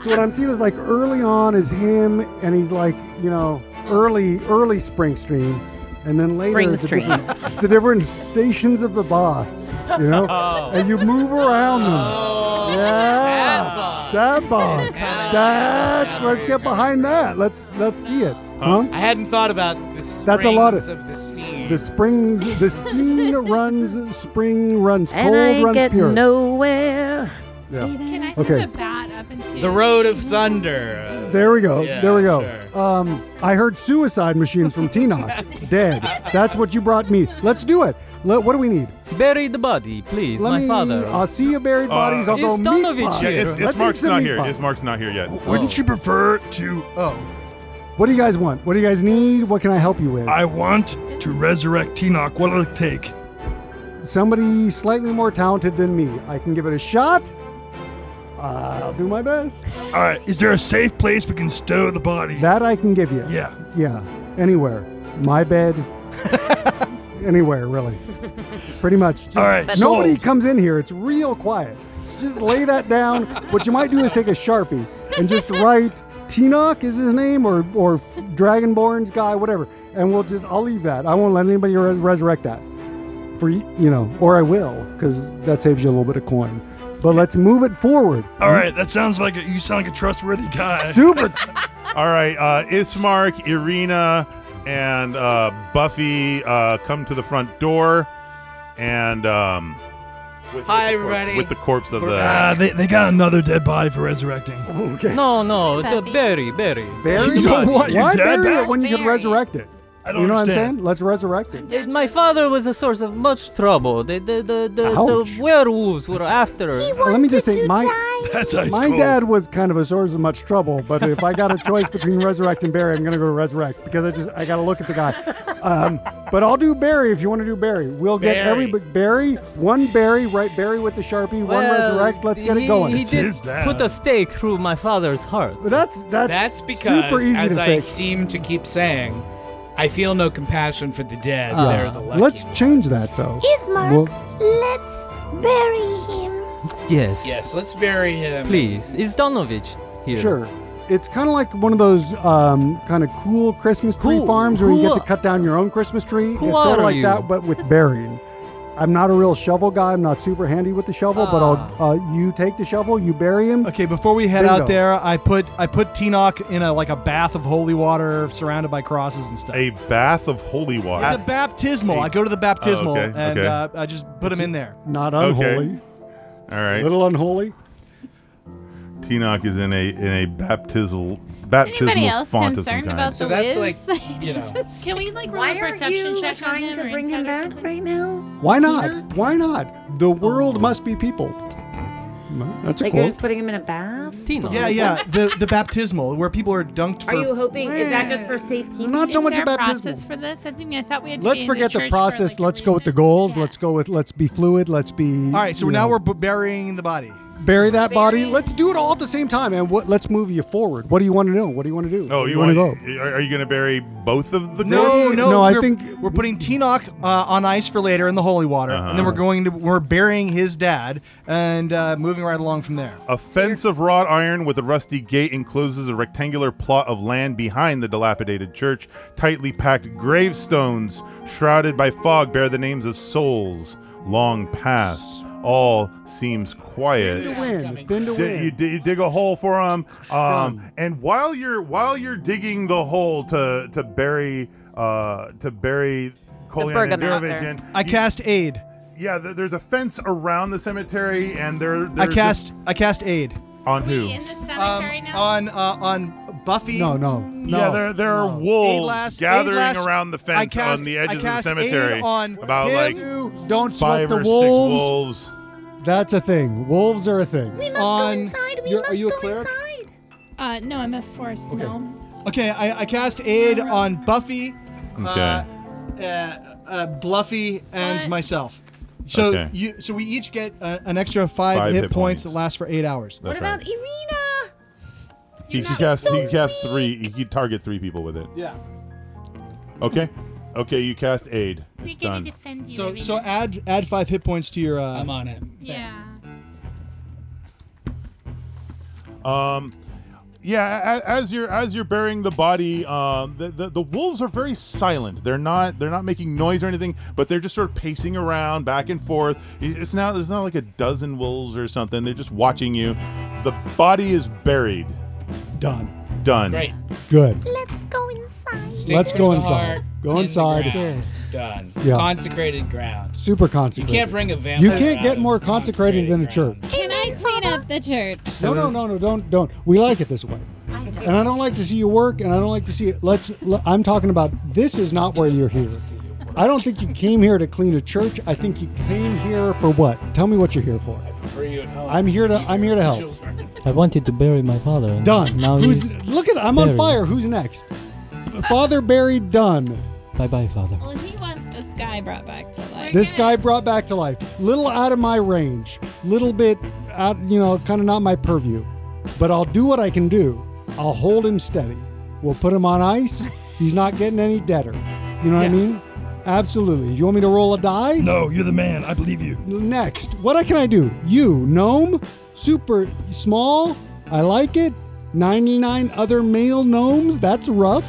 Speaker 10: So what I'm seeing is like early on is him, and he's like you know early early Springsteen, and then later is the
Speaker 11: Springsteen.
Speaker 10: different, the different stations of the boss, you know, and you move around them. yeah, Oh. that boss. That's let's get behind that. Let's let's see it. Huh?
Speaker 23: I hadn't thought about this.
Speaker 10: That's a lot of
Speaker 23: the steam.
Speaker 10: the springs. The steam runs, spring runs
Speaker 23: And
Speaker 10: cold,
Speaker 23: I
Speaker 10: runs
Speaker 23: get
Speaker 10: pure.
Speaker 23: nowhere.
Speaker 10: Yeah.
Speaker 20: Can I
Speaker 10: Okay.
Speaker 20: switch that up into
Speaker 23: The road of thunder.
Speaker 10: There we go.
Speaker 23: Yeah,
Speaker 10: there we go.
Speaker 23: sure.
Speaker 10: Um, I heard suicide machine from Tinoch. Dead. That's what you brought me. Let's do it. Let, what do we need?
Speaker 6: Bury the body, please,
Speaker 10: Let
Speaker 6: my
Speaker 10: me-
Speaker 6: father. Uh,
Speaker 10: I'll see you buried bodies. I'll go
Speaker 6: Is
Speaker 10: meat
Speaker 6: Donovich
Speaker 10: pie.
Speaker 3: Uh, Yeah, it's, it's
Speaker 10: Let's eat
Speaker 3: Mark's
Speaker 10: some
Speaker 3: not
Speaker 10: meat
Speaker 3: here.
Speaker 10: pie.
Speaker 3: It's Oh. Mark's not here yet.
Speaker 13: Wouldn't you prefer to? Oh,
Speaker 10: What do you guys want? What do you guys need? What can I help you with?
Speaker 13: I want to resurrect Tinoch. What'll it take?
Speaker 10: Somebody slightly more talented than me. I can give it a shot. I'll do my best.
Speaker 13: All right, is there a safe place we can stow the body?
Speaker 10: That I can give you.
Speaker 13: Yeah.
Speaker 10: Yeah. Anywhere. My bed. Anywhere, really. Pretty much. Just,
Speaker 13: All right,
Speaker 10: Nobody
Speaker 13: sold.
Speaker 10: comes in here. It's real quiet. Just lay that down. what you might do is take a sharpie and just write Tinoch is his name or or Dragonborn's guy, whatever. And we'll just I'll leave that. I won't let anybody res- resurrect that. For y- you know, or I will because that saves you a little bit of coin. But let's move it forward.
Speaker 13: All right, that sounds like a, you sound like a trustworthy guy.
Speaker 10: Mm-hmm. Super.
Speaker 3: All right, uh, Ismark, Irina, and uh, Buffy uh, come to the front door, and um, with,
Speaker 23: Hi,
Speaker 3: with the corpse-
Speaker 23: everybody.
Speaker 3: with the corpse of
Speaker 23: We're
Speaker 3: the.
Speaker 13: Ah, they, they got another dead body for resurrecting.
Speaker 10: Okay.
Speaker 6: No, no, the bury, bury.
Speaker 10: Bury
Speaker 13: You
Speaker 10: it?
Speaker 13: don't want your
Speaker 10: Why
Speaker 13: dad
Speaker 10: bury
Speaker 13: back?
Speaker 10: it when you can resurrect it?
Speaker 13: I don't
Speaker 10: you know what I'm
Speaker 13: understand.
Speaker 10: saying? Let's resurrect it.
Speaker 6: Uh, My father was a source of much trouble. The, the, the, the, the werewolves were after.
Speaker 10: Let me just say, my my
Speaker 6: cold.
Speaker 10: dad was kind of a source of much trouble. But if I got a choice between resurrect and Barry, I'm going to go to resurrect because I just I got to look at the guy. Um, but I'll do Barry if you want to do Barry. We'll get
Speaker 13: Barry.
Speaker 10: every Barry one Barry right Barry with the sharpie one
Speaker 6: Well,
Speaker 10: resurrect. Let's get
Speaker 6: he-
Speaker 10: it going.
Speaker 6: He did put a stake through my father's heart.
Speaker 10: That's that's,
Speaker 8: That's because, as I seem to keep saying, I feel no compassion for the dead.
Speaker 10: Yeah.
Speaker 8: They're the lucky.
Speaker 10: Uh, Let's change that though.
Speaker 19: Ismark,
Speaker 10: We'll-
Speaker 19: let's bury him.
Speaker 6: Yes.
Speaker 8: Yes, let's bury him.
Speaker 6: Please. Is Donovich here?
Speaker 10: Sure. It's kind of like one of those um, kind of cool Christmas tree farms where you
Speaker 6: who-
Speaker 10: get to cut down your own Christmas tree.
Speaker 6: who
Speaker 10: it's sort
Speaker 6: are
Speaker 10: of like
Speaker 6: you?
Speaker 10: that, but with burying. I'm not a real shovel guy. I'm not super handy with the shovel, but I'll uh, you take the shovel, you bury him.
Speaker 5: Ah. Okay, before we head out there, I put I put Tinoch in a like a bath of holy water, surrounded by crosses and stuff.
Speaker 3: A bath of holy water.
Speaker 5: the baptismal. I go to the baptismal
Speaker 3: Oh, okay,
Speaker 5: and
Speaker 3: okay.
Speaker 5: Uh, I just put him in there.
Speaker 10: Not
Speaker 3: Okay. All right.
Speaker 10: little unholy.
Speaker 3: Tinoch is in a in a baptismal baptismal
Speaker 20: Anybody else
Speaker 3: font of some
Speaker 20: concerned
Speaker 3: kind.
Speaker 20: about the whiz?
Speaker 19: Can we like roll
Speaker 20: Why
Speaker 19: a
Speaker 20: are
Speaker 19: perception
Speaker 20: you
Speaker 19: check on
Speaker 20: trying
Speaker 19: him
Speaker 20: to
Speaker 19: or
Speaker 20: bring
Speaker 19: insight
Speaker 20: him
Speaker 19: or
Speaker 20: back
Speaker 19: something?
Speaker 11: right now?
Speaker 10: Why not? Why not?
Speaker 5: Oh.
Speaker 10: The world must be peopled. That's a
Speaker 12: like you're
Speaker 10: quote.
Speaker 12: just putting him in a bath.
Speaker 5: Yeah, yeah. The the baptismal where people are dunked. For,
Speaker 12: Are you hoping? Is that just for safekeeping?
Speaker 10: Not so
Speaker 4: Is
Speaker 10: much
Speaker 4: there
Speaker 10: a
Speaker 4: process
Speaker 10: baptismal.
Speaker 4: for this? I think I thought we had. To
Speaker 10: Let's
Speaker 4: be
Speaker 10: forget
Speaker 4: in
Speaker 10: the
Speaker 4: church for,
Speaker 10: process. let's go with the goals. Let's go with let's be fluid. Let's be.
Speaker 5: All right, so
Speaker 10: you
Speaker 5: now
Speaker 10: know,
Speaker 5: we're b- burying the body.
Speaker 10: bury that body. Let's do it all at the same time, and what, let's move you forward. What do you want to know? What do you want to do?
Speaker 3: Oh,
Speaker 10: Where do
Speaker 3: you,
Speaker 10: wanna
Speaker 3: want to? Are, are you going to bury both of the? girls?
Speaker 5: No, no, we're- we're putting Tinoch uh, on ice for later in the holy water, and then we're going to we're burying his dad and uh, moving right along from there.
Speaker 3: A fence of wrought iron with a rusty gate encloses a rectangular plot of land behind the dilapidated church. Tightly packed gravestones, shrouded by fog, bear the names of souls long past. All seems quiet.
Speaker 10: Been to win. Been to
Speaker 3: Di-
Speaker 10: win.
Speaker 3: You, di- you dig a hole for them, um, and while you're while you're digging the hole to to bury uh, to bury Kolyan and
Speaker 5: bergamot
Speaker 3: Durovich
Speaker 5: there.
Speaker 3: in,
Speaker 5: I
Speaker 3: you-
Speaker 5: cast aid.
Speaker 3: Yeah, th- there's a fence around the cemetery, and there.
Speaker 5: I
Speaker 3: there's
Speaker 5: cast
Speaker 3: just-
Speaker 5: I cast aid
Speaker 3: on who?
Speaker 5: cemetery now? on uh, on Buffy.
Speaker 10: No, no, no.
Speaker 3: yeah, there there are
Speaker 10: no.
Speaker 3: wolves
Speaker 5: last-
Speaker 3: gathering
Speaker 5: aid last-
Speaker 3: around the
Speaker 5: I
Speaker 3: fence
Speaker 5: cast-
Speaker 3: on the
Speaker 5: I
Speaker 3: edges of the
Speaker 5: cast aid
Speaker 3: cemetery.
Speaker 5: on
Speaker 3: about
Speaker 5: him.
Speaker 3: like
Speaker 5: You
Speaker 10: don't
Speaker 3: five
Speaker 10: sweat
Speaker 3: or
Speaker 10: the wolves.
Speaker 3: six wolves.
Speaker 10: That's a thing. Wolves are a thing.
Speaker 4: We must go inside. We must go inside. Uh, no, I'm a forest gnome.
Speaker 5: Okay, I, I cast aid on Buffy.
Speaker 3: Okay.
Speaker 5: Uh, uh, uh, Bluffy and
Speaker 4: What?
Speaker 5: myself. So
Speaker 3: Okay.
Speaker 5: you so we each get uh, an extra five,
Speaker 3: Five
Speaker 5: hit,
Speaker 3: hit
Speaker 5: points that last for eight hours.
Speaker 3: That's right.
Speaker 2: Irina?
Speaker 3: He could cast. he could cast three. He could target three people with it.
Speaker 5: Yeah.
Speaker 3: Okay. Okay, you cast aid.
Speaker 4: We
Speaker 3: It's
Speaker 4: get to
Speaker 3: done.
Speaker 4: defend you.
Speaker 5: So
Speaker 4: Irina.
Speaker 5: so add add five hit points to your. Uh, I'm
Speaker 8: on it.
Speaker 4: yeah.
Speaker 3: Um, yeah, a- a- as you're as you're burying the body, um, the, the the wolves are very silent. They're not they're not making noise or anything, but they're just sort of pacing around back and forth. It- It's now there's not like a dozen wolves or something. They're just watching you. The body is buried.
Speaker 10: Done.
Speaker 3: Done.
Speaker 8: Great.
Speaker 10: Good.
Speaker 19: Let's go inside.
Speaker 10: Let's
Speaker 8: through
Speaker 10: go
Speaker 8: the
Speaker 10: inside.
Speaker 8: heart, in
Speaker 10: Go
Speaker 8: the
Speaker 10: inside.
Speaker 8: ground. Done.
Speaker 10: Yeah.
Speaker 8: Consecrated ground.
Speaker 10: Super consecrated.
Speaker 8: You can't bring a
Speaker 10: You
Speaker 8: vampire.
Speaker 10: can't
Speaker 8: out
Speaker 10: get
Speaker 8: of
Speaker 10: more consecrated than a church.
Speaker 7: Can I clean up the church?
Speaker 10: No, no, no, no. Don't, don't. We like it this way. And I don't like to see you work, and I don't like to see it. Let's. le- I'm talking about this is not where you're here. I don't think you came here to clean a church. I think you came here for what? Tell me what you're here for.
Speaker 8: For you at home.
Speaker 10: I'm here to. I'm here to help.
Speaker 6: I wanted to bury my father. and
Speaker 10: Done.
Speaker 6: Now
Speaker 10: Who's?
Speaker 6: he's
Speaker 10: Look at. I'm on
Speaker 6: buried.
Speaker 10: fire. Who's next? Father Barry Dunn.
Speaker 6: Bye bye, father.
Speaker 20: Well, he wants this guy brought back to life.
Speaker 10: This guy brought back to life. Little out of my range. Little bit out, you know, kind of not my purview. But I'll do what I can do. I'll hold him steady. We'll put him on ice. He's not getting any deader. You know what I mean? Absolutely. You want me to roll a die?
Speaker 13: No, you're the man. I believe you.
Speaker 10: Next, what I- can I do? You, gnome, super small. I like it. 99 other male gnomes. That's rough.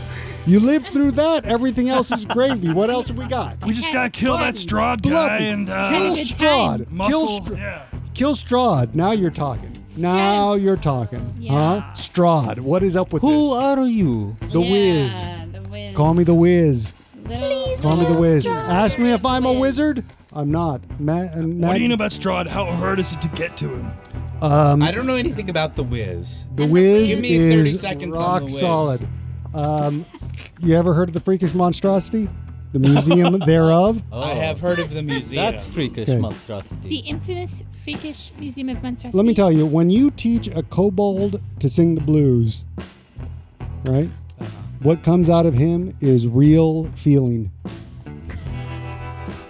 Speaker 10: You lived through that. Everything else is gravy. What else have we got?
Speaker 13: We just gotta kill that Strahd guy
Speaker 10: Bluffy.
Speaker 13: and uh,
Speaker 10: kill Strahd. Kill,
Speaker 13: Muscle.
Speaker 10: Str-
Speaker 13: yeah.
Speaker 10: kill Strahd. Now you're talking. Now you're talking. Huh? Strahd. What is up with this? Who
Speaker 6: are you?
Speaker 10: The Wiz. Call me the Wiz.
Speaker 20: Please
Speaker 10: Call me the
Speaker 20: kill
Speaker 10: Wiz.
Speaker 20: Strahd.
Speaker 10: Ask me if I'm a wizard. I'm not. Ma- uh,
Speaker 13: What do you
Speaker 10: Mag-
Speaker 13: know about Strahd? How hard is it to get to him?
Speaker 10: Um,
Speaker 8: I don't know anything about the whiz.
Speaker 10: The Wiz
Speaker 8: Give me 30
Speaker 10: is
Speaker 8: seconds on
Speaker 10: rock
Speaker 8: The Wiz.
Speaker 10: solid. Um, You ever heard of the freakish monstrosity? The museum thereof.
Speaker 8: I have heard of the museum.
Speaker 6: That's freakish
Speaker 10: Okay.
Speaker 6: monstrosity.
Speaker 4: The infamous freakish museum of monstrosity.
Speaker 10: Let me tell you, when you teach a kobold to sing the blues, right? What comes out of him is real feeling.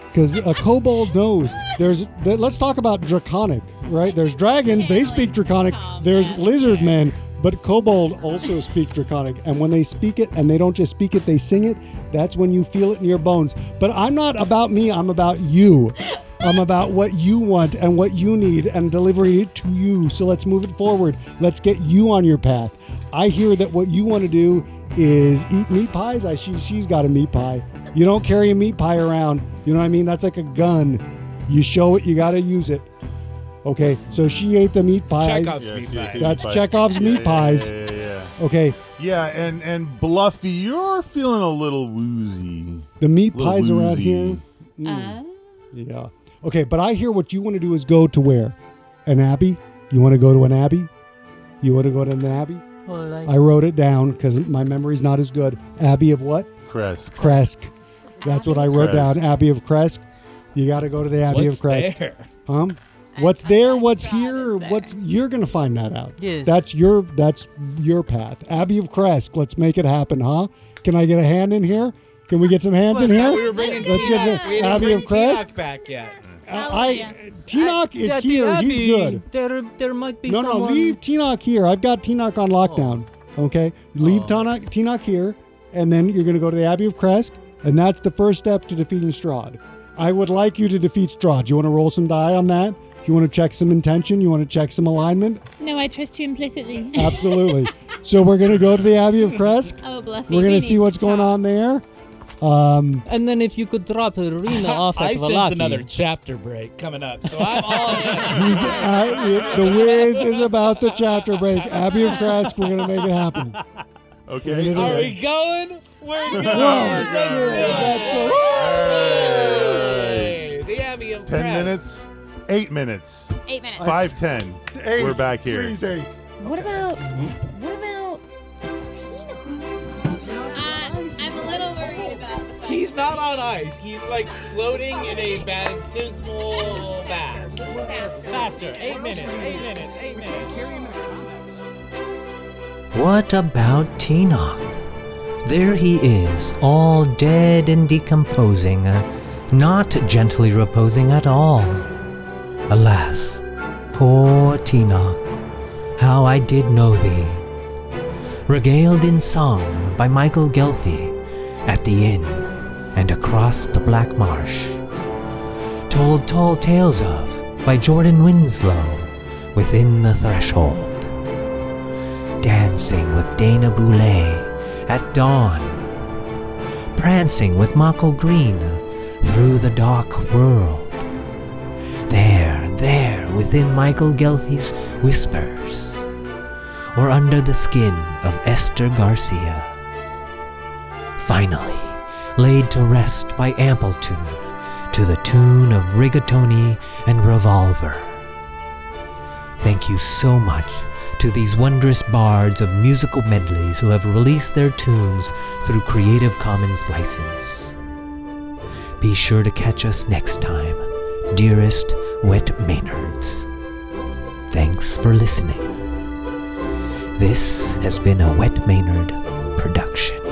Speaker 10: Because a kobold knows there's. th- Let's talk about draconic, right? There's dragons; they speak draconic. There's lizard men, but kobold also speak draconic. And when they speak it, and they don't just speak it, they sing it. That's when you feel it in your bones. But I'm not about me. I'm about you. I'm about what you want and what you need and delivering it to you. So let's move it forward. Let's get you on your path. I hear that what you want to do is eat meat pies. I she, she's got a meat pie. You don't carry a meat pie around. You know what I mean? That's like a gun. You show it, you got to use it. Okay, so she ate the meat pie.
Speaker 3: Chekhov's Yeah, meat she ate pie. the meat
Speaker 10: That's
Speaker 3: pie.
Speaker 10: Chekhov's
Speaker 3: Yeah,
Speaker 10: meat
Speaker 3: yeah,
Speaker 10: pies.
Speaker 3: yeah, yeah, yeah.
Speaker 10: Okay,
Speaker 3: Yeah, and and Bluffy, you're feeling a little woozy.
Speaker 10: The meat
Speaker 3: Little
Speaker 10: pies around
Speaker 3: woozy.
Speaker 10: here. Mm. Yeah. Okay, but I hear what you want to do is go to where? An abbey? You want to go to an abbey? You want to go to an abbey?
Speaker 6: Well, like-
Speaker 10: I wrote it down because my memory's not as good. Abbey of what?
Speaker 3: Kresk.
Speaker 10: Kresk. That's what I wrote down.
Speaker 3: Kresk.
Speaker 10: Abbey of Kresk. You got to go to the Abbey
Speaker 6: What's
Speaker 10: of Kresk.
Speaker 6: there?
Speaker 10: Huh? What's there? What's here? What's you're gonna find that out.
Speaker 6: Yes.
Speaker 10: That's your that's your path. Abbey of Kresk. Let's make it happen, huh? Can I get a hand in here? Can we get some hands in here?
Speaker 23: We were bringing
Speaker 10: Let's get
Speaker 23: T-Nock-
Speaker 10: some
Speaker 23: we didn't
Speaker 10: Abbey of
Speaker 23: bring
Speaker 10: Kresk.
Speaker 23: T-Nock back yet.
Speaker 10: I T-Nock is
Speaker 6: That the
Speaker 10: here.
Speaker 6: abbey,
Speaker 10: He's good.
Speaker 6: There, there might be
Speaker 10: No, no,
Speaker 6: someone.
Speaker 10: leave T-Nock here. I've got T-Nock on lockdown.
Speaker 4: Oh.
Speaker 10: Okay, leave T-Nock T-Nock here, and then you're gonna go to the Abbey of Kresk, and that's the first step to defeating Strahd. I would like you to defeat Strahd. You want to roll some die on that? You want to check some intention? You want to check some alignment?
Speaker 4: No, I trust you implicitly.
Speaker 10: Absolutely. so we're gonna go to the Abbey of Kresk.
Speaker 4: Oh, Bluffy,
Speaker 10: We're
Speaker 4: he
Speaker 10: gonna see
Speaker 4: needs
Speaker 10: what's going on there. Um,
Speaker 6: And then if you could drop Irina off at
Speaker 8: I sense
Speaker 6: Valaki.
Speaker 8: another chapter break coming up, so I'm all
Speaker 10: he's, I, the whiz is about the chapter break. Abbey of Kresk. We're gonna make it happen.
Speaker 3: Okay.
Speaker 10: Are we
Speaker 8: going? We're
Speaker 3: Whoa.
Speaker 8: going. Let's do it.
Speaker 3: Hey.
Speaker 8: The Abbey of
Speaker 3: Ten
Speaker 8: Crest.
Speaker 3: minutes. Eight minutes.
Speaker 20: Eight minutes.
Speaker 3: Five ten.
Speaker 10: Eight,
Speaker 3: We're back here.
Speaker 10: please,
Speaker 3: eight.
Speaker 2: What about what about
Speaker 4: Uh,
Speaker 20: I'm a little worried about the fact
Speaker 8: He's not on ice. He's like floating in a baptismal bath. Faster. Eight minutes. Eight minutes. Eight minutes.
Speaker 1: What about Tinoch? There he is, all dead and decomposing, uh, not gently reposing at all. Alas, poor Tinoch, how I did know thee. Regaled in song by Michael Gelfie at the inn and across the black marsh. Told tall tales of by Jordan Winslow within the threshold dancing with Dana Boulay at dawn, prancing with Mako Green through the dark world. There, there, within Michael Gelfie's whispers, or under the skin of Esther Garcia. Finally, laid to rest by amplitude to the tune of rigatoni and revolver. Thank you so much to these wondrous bards of musical medleys who have released their tunes through Creative Commons license. Be sure to catch us next time, dearest Wet Maynards. Thanks for listening. This has been a Wet Maynard production.